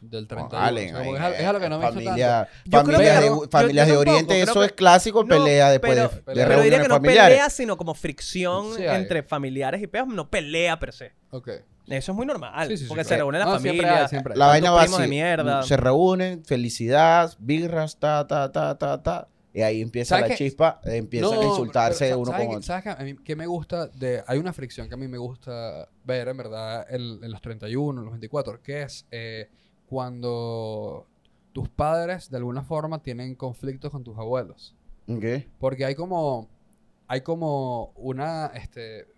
del 31. o sea,
Allen,
como
ahí,
es, al- es algo que no me hizo tanto.
eh, familia,
Yo creo
familias
que-
de,
yo-
familias
yo
de
tampoco,
Oriente,
creo
eso
que-
es clásico,
No,
pelea después de-
pero-
de,
pero
Pero diría
reuniones
que no
familiares.
pelea, sino como fricción
Sí, hay.
entre familiares y peos. No pelea per se.
Ok.
Eso es muy normal.
Sí, sí, sí,
porque
sí,
se
claro.
reúnen la
No,
familia.
siempre hay, siempre hay.
La vaina va
primos
así.
de mierda.
Se reúnen, felicidad, birras, ta, ta, ta, ta, ta. Y ahí empieza
¿Sabes
la
qué?
chispa, eh, empiezan
No,
a insultarse
pero,
uno
¿sabes
con
qué-
otro.
¿Sabes qué? A mí- qué me gusta? de Hay una fricción que a mí me gusta ver, en verdad, en, en los 31, en los 24, que es eh, cuando tus padres, de alguna forma, tienen conflictos con tus abuelos.
Ok.
Porque hay como. Hay como una este,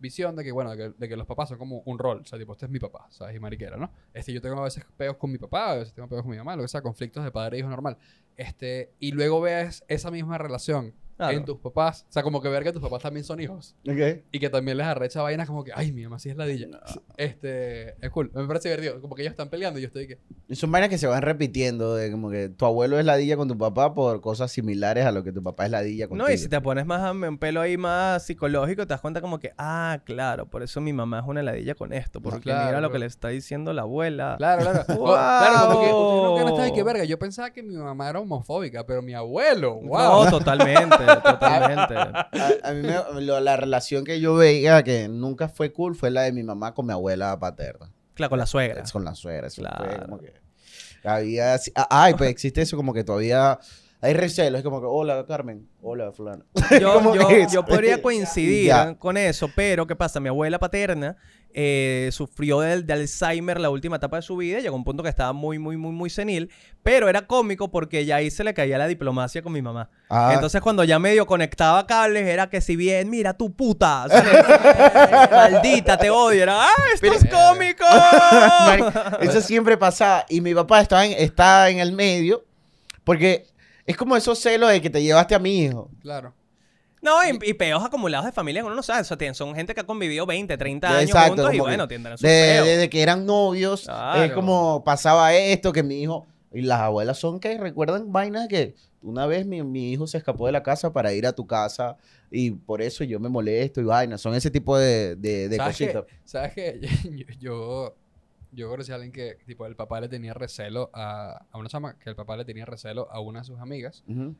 visión de que, bueno, de que, de que los papás son como un rol. O sea, tipo, este es mi papá, ¿sabes? Y mariquera, ¿no? Este, yo tengo a veces peos con mi papá, a veces tengo peos con mi mamá, lo que sea, conflictos de padre e hijo normal. Este, y luego ves esa misma relación
Claro.
en tus papás. O sea, como que ver que tus papás también son hijos.
Ok.
Y que también les arrecha vainas como que, ay, mi mamá sí es ladilla. Este, es cool. Me parece divertido. Como que ellos están peleando y yo estoy que...
Y Son vainas que se van repitiendo, de como que tu abuelo es ladilla con tu papá por cosas similares a lo que tu papá es ladilla contigo.
No, y si te pones más a- un pelo ahí más psicológico, te das cuenta como que, ah, claro, por eso mi mamá es una heladilla con esto, porque
Ah, claro,
mira lo
bro.
que le está diciendo la abuela.
Claro, claro. Co- Claro, como que ustedes no
¡Guau!
quieren estar de que verga. Yo pensaba que mi mamá era homofóbica, pero mi abuelo, wow.
No, totalmente, totalmente.
A, a mí me- lo- la relación que yo veía que nunca fue cool fue la de mi mamá con mi abuela paterna.
Claro, con la suegra.
Es con la suegra. Eso fue
Claro.
como que había... así- ah, Ay, pues existe eso como que todavía... Hay recelo, es como que, hola Carmen, hola fulano.
Yo,
¿Cómo
yo-
es?
yo podría coincidir
Ya.
con eso, pero ¿qué pasa? Mi abuela paterna eh, sufrió de, de Alzheimer la última etapa de su vida. Llegó a un punto que estaba muy, muy, muy, muy senil. Pero era cómico porque ya ahí se le caía la diplomacia con mi mamá.
Ah,
Entonces cuando ya medio conectaba cables era que si bien, mira tu puta, o sea, maldita, te odio, era, ¡ah, esto es cómico!
Marico, Eso siempre pasaba. Y mi papá estaba en, estaba en el medio. Porque es como esos celos de que te llevaste a mi hijo.
Claro.
No, y, y peos acumulados de familia que uno no sabe, o sea, tienen- son gente que ha convivido 20, 30 años
Exacto,
juntos y
como que
bueno, tendrán sus
De-
peos.
desde que eran novios.
Claro.
Es como pasaba esto, que mi hijo... Y las abuelas son que recuerdan vainas que una vez mi, mi hijo se escapó de la casa para ir a tu casa y por eso yo me molesto y vainas. Son ese tipo de, de, de
¿Sabes
cositas.
que- ¿Sabes qué? Yo, yo, yo conocí a alguien que, tipo, el papá le tenía recelo a, a una chama, que el papá le tenía recelo a una de sus amigas,
Ujú.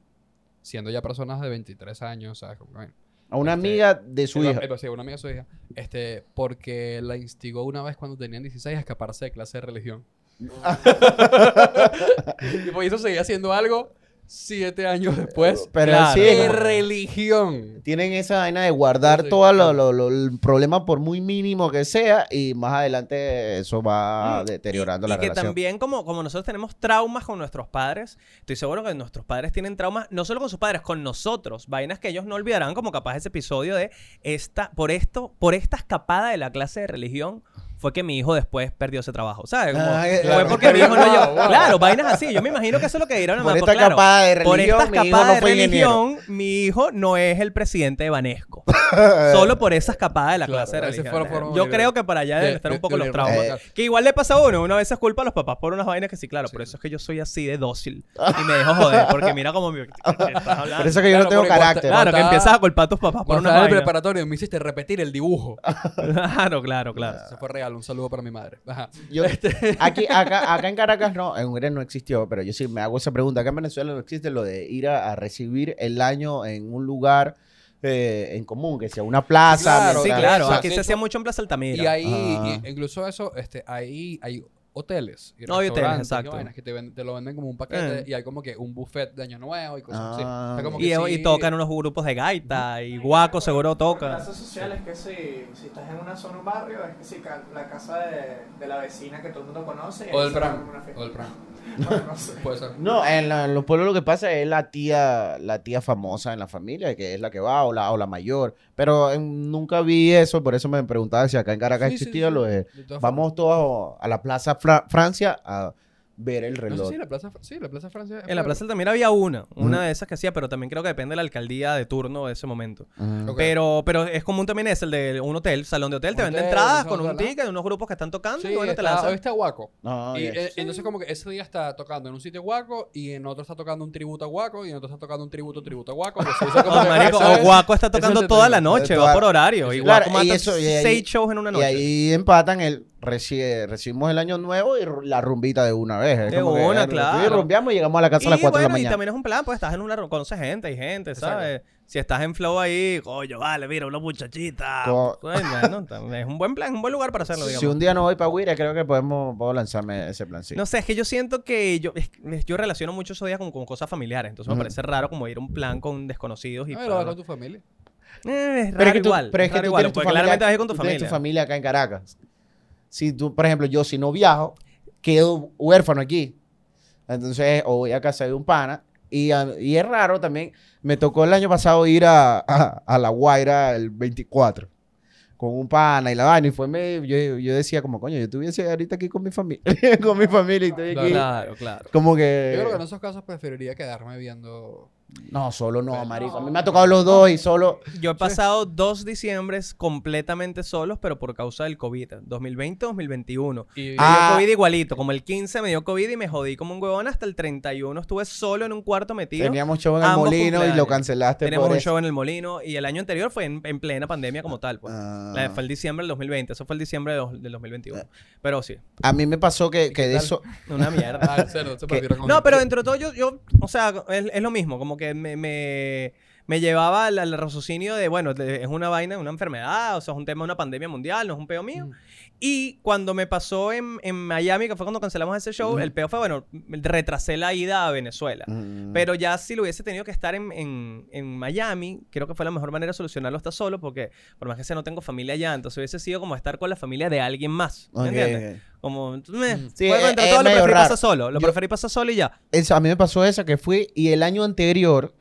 siendo ya personas de 23 años, ¿sabes? Como, bueno,
A una
Este,
amiga de su
el pa-
hija.
el pa- sí, una amiga de su hija. Este, porque la instigó una vez cuando tenían 16 a escaparse de clase de religión. y por eso seguía haciendo algo siete años después.
Pero
Claro.
sí, es
¡De
como-
religión!
tienen esa vaina de guardar
Sí,
todo
claro.
lo- lo- lo- el problema por muy mínimo que sea y más adelante eso va deteriorando
Mm, y,
la
y que
relación.
también como, como nosotros tenemos traumas con nuestros padres, estoy seguro que nuestros padres tienen traumas no solo con sus padres, con nosotros, vainas que ellos no olvidarán, como capaz ese episodio de esta, por esto, por esta escapada de la clase de religión fue que mi hijo después perdió ese trabajo, ¿sabes? Como,
Ah, eh,
fue
claro.
porque mi hijo no llevó.
Wow, wow.
Claro, vainas así. Yo me imagino que eso es lo que dirán a
por
mamá,
esta
pues, claro,
escapada de
por
religión,
esta
mi hijo
escapada
no
de
fue ingeniero.
religión, mi hijo no es el presidente de Banesco. Solo por esa escapada de la
Claro,
clase de
ese
religión.
fue la forma
Yo
de-
creo que para allá
de-
deben estar un
de-
poco Ah,
de
los
liberar.
traumas.
Eh,
Que igual le pasa a uno, una vez es culpa a los papás por unas vainas que sí, claro,
Sí,
por
sí.
eso es que yo soy así de dócil y me dejo joder, porque mira como me estás hablando.
Por eso que yo
Claro,
no tengo
porque cuando-
carácter.
Claro, que
Cuando
empiezas
estaba-
a culpar a tus papás por
Cuando
una
estaba en el
vaina. Ah.
preparatorio me hiciste repetir el dibujo.
Claro, claro, claro.
Se fue regalo. Un saludo para mi madre. Ajá.
Yo-
Este
aquí, acá, acá en Caracas no, en Hungría no existió, pero yo sí me hago esa pregunta. Acá en Venezuela no existe lo de ir a, a recibir el año en un lugar eh, en común, que sea una plaza.
Claro,
sí,
mental.
claro.
o sea,
Aquí
de hecho-
se hacía mucho en Plaza Altamira.
Y ahí,
Ah.
y- incluso eso, este, ahí hay hoteles. Y
No, hay hoteles,
restaurantes y
exacto.
vainas que te, ven- te lo venden como un paquete
Eh.
y hay como que un buffet de Año Nuevo y cosas así.
Ah.
Está como que
Y,
sí-
y tocan unos grupos de gaita y guaco seguro toca.
Clases sociales que si, si estás en una zona, un barrio, es que si ca- la casa de, de la vecina que todo el mundo conoce. y
O
ahí
del
se
Bran.
arma una fiesta.
O del Bran.
Bueno, no sé.
Puede ser.
No, en, la- en los pueblos lo que pasa es la tía, la tía famosa en la familia, que es la que va, o la, o la mayor. Pero eh, nunca vi eso, por eso me preguntaba si acá en Caracas
Sí, sí,
existía
sí.
lo de
De todas
vamos todos a la Plaza Fra- Francia a ver el
formas. No
reloj.
sé si la Plaza, sí, la Plaza Francia. es
En la
pueblo.
Plaza Altamira había una, una de esas que hacía, pero también creo que depende de la alcaldía de turno de ese momento.
Mm.
Ok.
Pero, pero es común también es el de un hotel, salón de hotel, te
Un
venden
hotel,
entradas
un
con un
salón, ¿no?
ticket, unos grupos que están tocando
Sí,
y bueno, te
está-
lanzan.
hoy está Guaco.
Ah,
y
ok.
eh, entonces como que ese día está tocando en un sitio Guaco y en otro está tocando un tributo a Guaco y en otro está tocando un tributo tributo a Guaco. que se hizo como
Oh,
que,
marico,
¿sabes?
o Guaco está
Eso es
tocando toda la
entretenido.
noche,
Eh, Toda-
va por horario. Y
Claro,
Guaco mata
y eso, y ahí-
seis shows en una
Y
noche.
ahí empatan el reci- recibimos el año nuevo y ru- la rumbita de una vez. Es
De
como que,
una,
eh,
claro.
Y rumbeamos y llegamos a la casa a las
Y
4 de la
bueno, y
mañana.
también es un plan, pues estás en una ro- conoces gente, hay gente,
Exacto.
¿sabes? Si estás en flow ahí, coño, vale, mira, una muchachita.
Co-
Bueno, bueno, tam- es un buen plan, es un buen lugar para hacerlo, digamos.
si un día no voy para Guira, creo que podemos puedo lanzarme ese plancito.
No sé, es que yo siento que yo, es- es- yo relaciono mucho esos días con, con cosas familiares, entonces
Ujú.
me parece raro como ir a un plan con desconocidos y...
A ver, lo vas
para-
con tu familia.
Eh, es raro
Pero es que tú,
igual.
pero es
es
que
raro
tú
igual,
tienes tu
porque
familia,
claramente vas a ir con tu
tú tienes
familia.
tu familia acá en Caracas. Si tú, por ejemplo, yo si no viajo, quedo huérfano aquí. Entonces, o voy a casa de un pana. Y, a- y es raro también. Me tocó el año pasado ir a, a, a La Guaira el 24 con un pana y la vaina. Y fue medio- yo, yo decía como, coño, yo estuviese ahorita aquí con mi familia. con mi familia y estoy
Claro.
aquí.
Claro, claro.
Como
Yo
que...
creo que en esos casos preferiría quedarme viendo
No, solo no, marico. A mí me ha tocado los dos y solo.
Yo he pasado dos diciembres completamente solos, pero por causa del COVID. 2020, 2021.
Y-
Me dio
Ah.
COVID igualito. Como el 15 me dio COVID y me jodí como un huevón. Hasta el 31 estuve solo en un cuarto metido.
Teníamos show en el
ambos
molino y lo
cumpleaños.
cancelaste.
Tenemos
por
un
eso.
show en el Molino. Y el año anterior fue en, en plena pandemia como tal. Pues.
Ah. Eh.
La- fue el diciembre del 2020. Eso fue el diciembre de dos- del 2021. Pero sí,
A mí me pasó que, que de eso.
una mierda.
Ah, el cerdo, se partió con-
No, pero dentro de todo yo, yo o sea, es, es lo mismo, como que me, me, me llevaba al, al raciocinio de, bueno, de- es una vaina, una enfermedad, o sea, es un tema de una pandemia mundial, no es un peo mío.
Mm.
Y cuando me pasó en, en Miami, que fue cuando cancelamos ese show,
Mm.
el peo fue, bueno, retrasé la ida a Venezuela.
Mm.
Pero ya si lo hubiese tenido que estar en, en- en Miami, creo que fue la mejor manera de solucionarlo hasta solo, porque por más que sea, no tengo familia allá, entonces hubiese sido como estar con la familia de alguien más. ¿me
Ok,
entiendes?
ok.
Como, meh,
Sí,
bueno,
eh,
entre
eh,
todo lo
medio
preferí
raro.
pasar solo. Lo
Yo-
preferí pasar solo y ya.
Eso, a mí me pasó esa que fui y el año anterior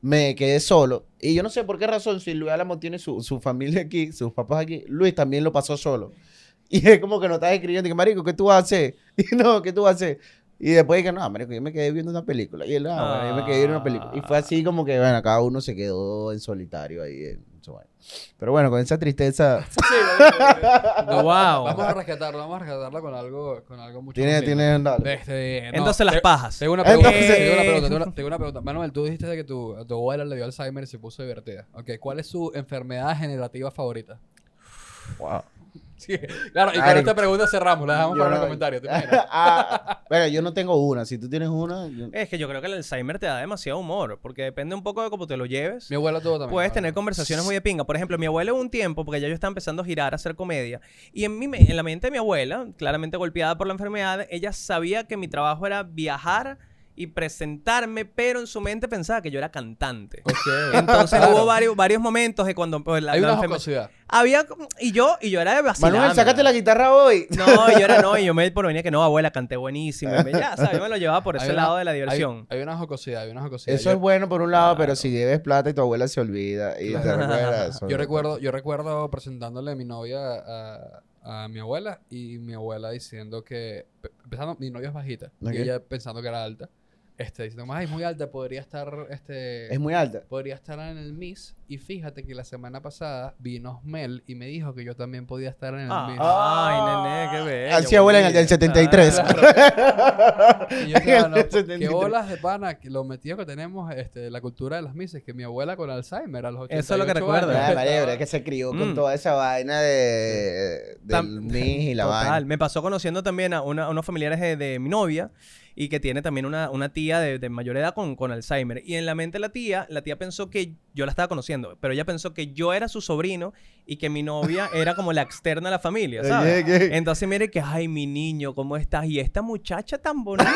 me quedé solo. Y yo no sé por qué razón, si Luis Álamo tiene su, su familia aquí, sus papás aquí, Luis también lo pasó solo. Y es como que no estás escribiendo, y que marico, ¿qué tú vas a hacer? Y no, ¿qué tú vas a hacer? Y después dije, no, marico, yo me quedé viendo una película. Y él, ah, bueno, yo me quedé viendo una película. Y fue así como que, bueno, cada uno se quedó en solitario ahí. en su vaina. Pero bueno, con esa tristeza,
wow.
Vamos a rescatarlo, vamos a rescatarlo con algo, con algo mucho
tiene,
más lindo.
tiene, dale.
Este, no,
Entonces las
te-
pajas.
Tengo una pregunta,
Eh, Entonces- eh.
tengo una pregunta, tengo una, tengo una pregunta. Manuel, tú dijiste de que tu, a tu abuela le dio Alzheimer y se puso divertida. Ok, ¿cuál es su enfermedad generativa favorita?
Wow.
Sí, claro, y con
Marico.
esta pregunta cerramos, la dejamos
Yo
Ah, para
no-
los comentarios. ¿te imaginas?
Ah, bueno, yo no tengo una. Si tú tienes una, yo-
Es que yo creo que el Alzheimer te da demasiado humor, porque depende un poco de cómo te lo lleves.
Mi abuela tuvo también.
Puedes
¿no?
tener conversaciones muy de pinga. Por ejemplo, mi abuela hubo un tiempo, porque ya yo estaba empezando a girar, a hacer comedia, y en, mi me- en la mente de mi abuela, claramente golpeada por la enfermedad, ella sabía que mi trabajo era viajar y presentarme, pero en su mente pensaba que yo era cantante.
Ok.
Entonces
Claro.
hubo varios, varios momentos de cuando pues, la,
Hay
la
una
enfermedad-
jocosidad.
Había, y yo, y yo era de vacilando.
Manuel, sácate la guitarra hoy.
No, yo era no, y yo me provenía que no, abuela, canté buenísimo. y me- ya, ¿sabes? Yo me lo llevaba por
Hay
ese
una-
lado de la
Hay,
diversión.
hay una jocosidad, hay una jocosidad.
Eso
Yo-
es bueno por un lado, pero si debes plata y tu abuela se olvida y te
Claro.
recuerda eso.
Yo recuerdo, yo recuerdo presentándole a mi novia a, a mi abuela y mi abuela diciendo que, pe- pensando, mi novia es bajita
Ok.
y ella pensando que era alta, este, diciendo, ay, es muy alta, podría estar, este,
Es muy alta.
podría estar en el Miss y fíjate que la semana pasada vino Osmel y me dijo que yo también podía estar en el
Ah,
Miss.
ay, nene, qué bello. Ah,
Así abuela en el del
bonito.
73.
Y yo estaba,
en el
"No, qué
73.
bolas de pana, que lo metido que tenemos, este, la cultura de las misses, que mi abuela con Alzheimer a los 88
Eso es lo que
años,
recuerdo.
Ah,
estaba-
María, pero es que se crió con
Mm.
toda esa vaina de del
Tam-
mis y la
Total,
vaina.
me pasó conociendo también a, una- a unos familiares de, de mi novia y que tiene también una, una tía de, de mayor edad con, con Alzheimer. Y en la mente de la tía, la tía pensó que yo la estaba conociendo, pero ella pensó que yo era su sobrino y que mi novia era como la externa de la familia, ¿sabes?
Oye, ¿qué?
Entonces mire que, ay, mi niño, ¿cómo estás? Y esta muchacha tan bonita,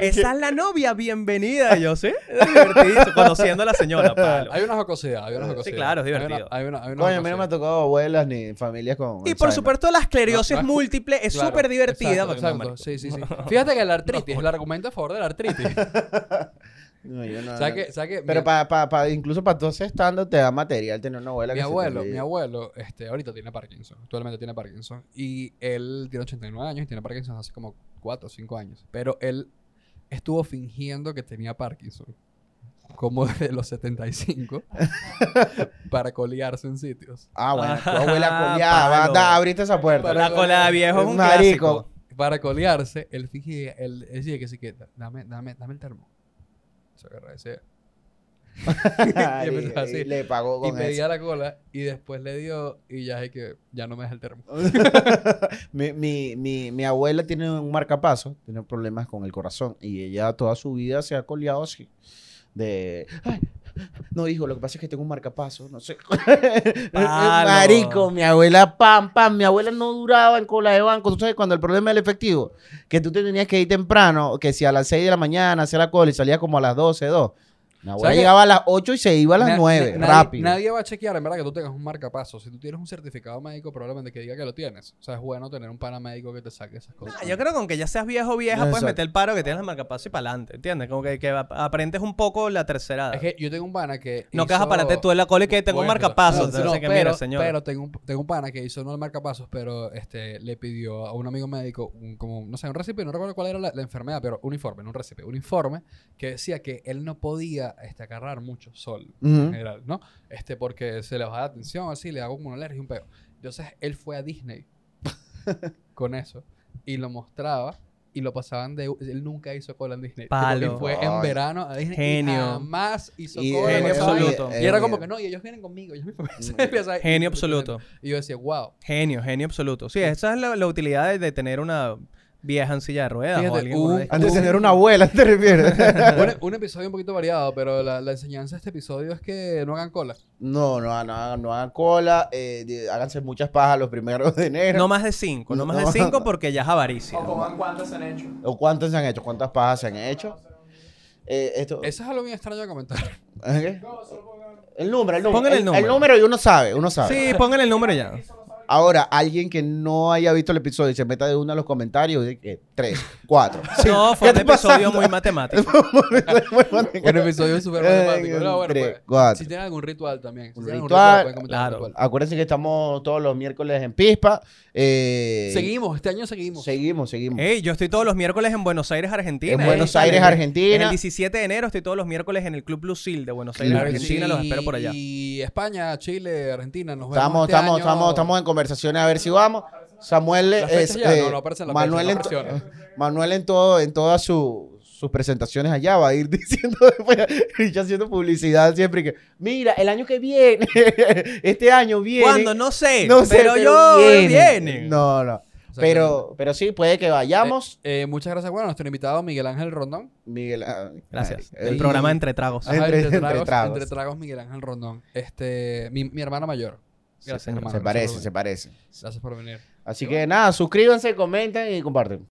esa es la novia, bienvenida. Y yo, sí, divertidísimo, conociendo a la señora, palo.
Hay una jocosidad, hay una jocosidad.
claro, es
Hay una-
divertido.
Hay una, hay una
Coño, a mí no me
jocosidad.
ha tocado abuelas ni familias con.
Y por
Alzheimer.
supuesto la esclerosis
No, no es-
múltiple es
Claro,
súper divertida.
exacto,
porque no,
exacto.
marico.
Sí, sí, sí. Fíjate que la artritis, el argumento a favor de la artritis.
No, yo no-
O sea
no.
que, o sea que
Pero
mi,
pa, pa, pa- incluso para todos estando te da material tener una abuela
mi
que se te
abuelo,
olvide.
mi abuelo, este, ahorita tiene Parkinson, actualmente tiene Parkinson. Y él tiene 89 años y tiene Parkinson hace como 4 o 5 años. Pero él estuvo fingiendo que tenía Parkinson. Como de los 75 para colearse en sitios.
Ah, bueno, tu
Ah,
abuela coleaba.
palo.
Da, abriste esa puerta.
La cola de viejo es un
Marico.
clásico.
Para colearse, él fingía, él decía que sí que dame, dame, dame el termo. Se agarra ese.
Ay,
Y empezó así.
Le pagó
y
con eso.
pedía la cola y después le dio y ya es que ya no me deja el termo.
mi, mi, mi, mi abuela tiene un marcapaso, tiene problemas con el corazón y ella toda su vida se ha coleado así. De, "Ay, no, hijo, lo que pasa es que tengo un marcapaso, no sé.
Palo.
Marico, mi abuela, pam, pam, mi abuela no duraba en cola de banco. Tú sabes, cuando el problema del efectivo, que tú te tenías que ir temprano, que si a las 6 de la mañana hacía la cola y salía como a las 12, 2. Mi abuela
¿Sabes qué?
llegaba a las 8 y se iba a las
Na-
9,
na-
rápido.
Nadie, nadie va a chequear, en verdad, que tú tengas un marcapaso. Si tú tienes un certificado médico, probablemente que diga que lo tienes. O sea, es bueno tener un pana médico que te saque esas cosas.
Ah, yo creo que aunque ya seas viejo o vieja, puedes
Exacto.
meter el paro que tienes la marcapaso y para adelante, ¿entiendes? Como que, que ap- aprendes un poco la tercera edad.
Es que yo tengo un pana que.
no
cajas
cajas para ti tú en la cola y que tengo un marcapaso. entonces, que mira, señor.
pero tengo un, tengo un pana que hizo no el marcapasos, pero este le pidió a un amigo médico un, como, no sé, un recipe, no recuerdo cuál era la, la enfermedad, pero un informe, no un recipe, un informe que decía que él no podía a este, agarrar mucho sol en
Ujú.
general, ¿no? Este, porque se le baja la atención, así, le hago como una alergia y un peo. Entonces él fue a Disney con eso y lo mostraba y lo pasaban de. Él nunca hizo cola en Disney. Tipo,
Palo.
Y fue
Ay.
en verano a Disney.
Genio.
Y jamás hizo
Y- Eh,
cola.
Genio
no estaba ahí.
absoluto.
Y era como que no, y ellos vienen conmigo. ellos vienen conmigo", o sea, y-
Genio absoluto.
Y yo decía, wow.
Genio, genio absoluto. Sí, esa es la, la utilidad de, de tener una vieja en silla de ruedas o
Fíjate,
alguien
hubo
con
un-
una discapacidad.
Antes de tener una abuela, ¿te refieres?
un, un episodio un poquito variado, pero la, la enseñanza de este episodio es que no hagan cola.
no, no, hagan- no, hagan- no hagan cola. eh, de- háganse muchas pajas los primeros de enero.
No más de cinco, no más
No.
de cinco porque ya es avaricia.
O coman cuántas se han hecho.
¿O cuántas se han hecho? ¿Cuántas pajas se han hecho? Eh, esto,
Eso es algo bien extraño de comentar.
¿eh? El número, el número.
Pongan el número.
número y uno sabe, uno sabe.
Sí, pongan el número ya.
Ahora, alguien que no haya visto el episodio y se meta de uno a los comentarios, de que tres, cuatro. sí,
No, fue
¿qué
un
está
episodio
pasando?
muy matemático.
Un
pues,
episodio súper matemático. No, bueno,
Tres,
pues,
cuatro.
Si tienen algún ritual también. Si
Un
tienen algún
ritual,
pueden comentar
claro.
algún ritual.
Acuérdense que estamos todos los miércoles en Pispa. eh,
Seguimos, este año seguimos.
Seguimos, seguimos.
Ey, yo estoy todos los miércoles en Buenos Aires, Argentina.
Mm. En
Ahí
Buenos
están,
Aires,
en-
Argentina.
en el 17 de enero estoy todos los miércoles en el Club Lucil de Buenos Aires,
Claro que
Argentina.
sí.
Los espero por allá.
Y España, Chile, Argentina, nos vemos.
Estamos,
este
estamos,
año.
estamos, estamos en conversaciones a ver si vamos. Samuel
Las
es,
fechas ya,
eh,
no, no aparecen las
Manuel,
fechas, no
en,
presiones.
Manuel en todo, en todas su- sus presentaciones allá va a ir diciendo después, y yo haciendo publicidad siempre que mira el año que viene, este año viene.
¿Cuándo? No sé.
No sé,
pero, yo
viene.
viene.
No, no.
O sea que,
Pero, pero sí, puede que vayamos.
eh, muchas gracias, bueno, a nuestro invitado Miguel Ángel Rondón.
Miguel. ah,
Gracias.
ay,
El
y-
programa Entre Tragos.
Ah, Entre- entre tragos.
entre tragos, Miguel Ángel Rondón. Este, mi, mi hermana mayor.
Sí, señor.
hermano.
Se
Gracias
parece,
por
se
venir.
parece.
Gracias por venir.
Así que nada, suscríbanse, comenten y comparten.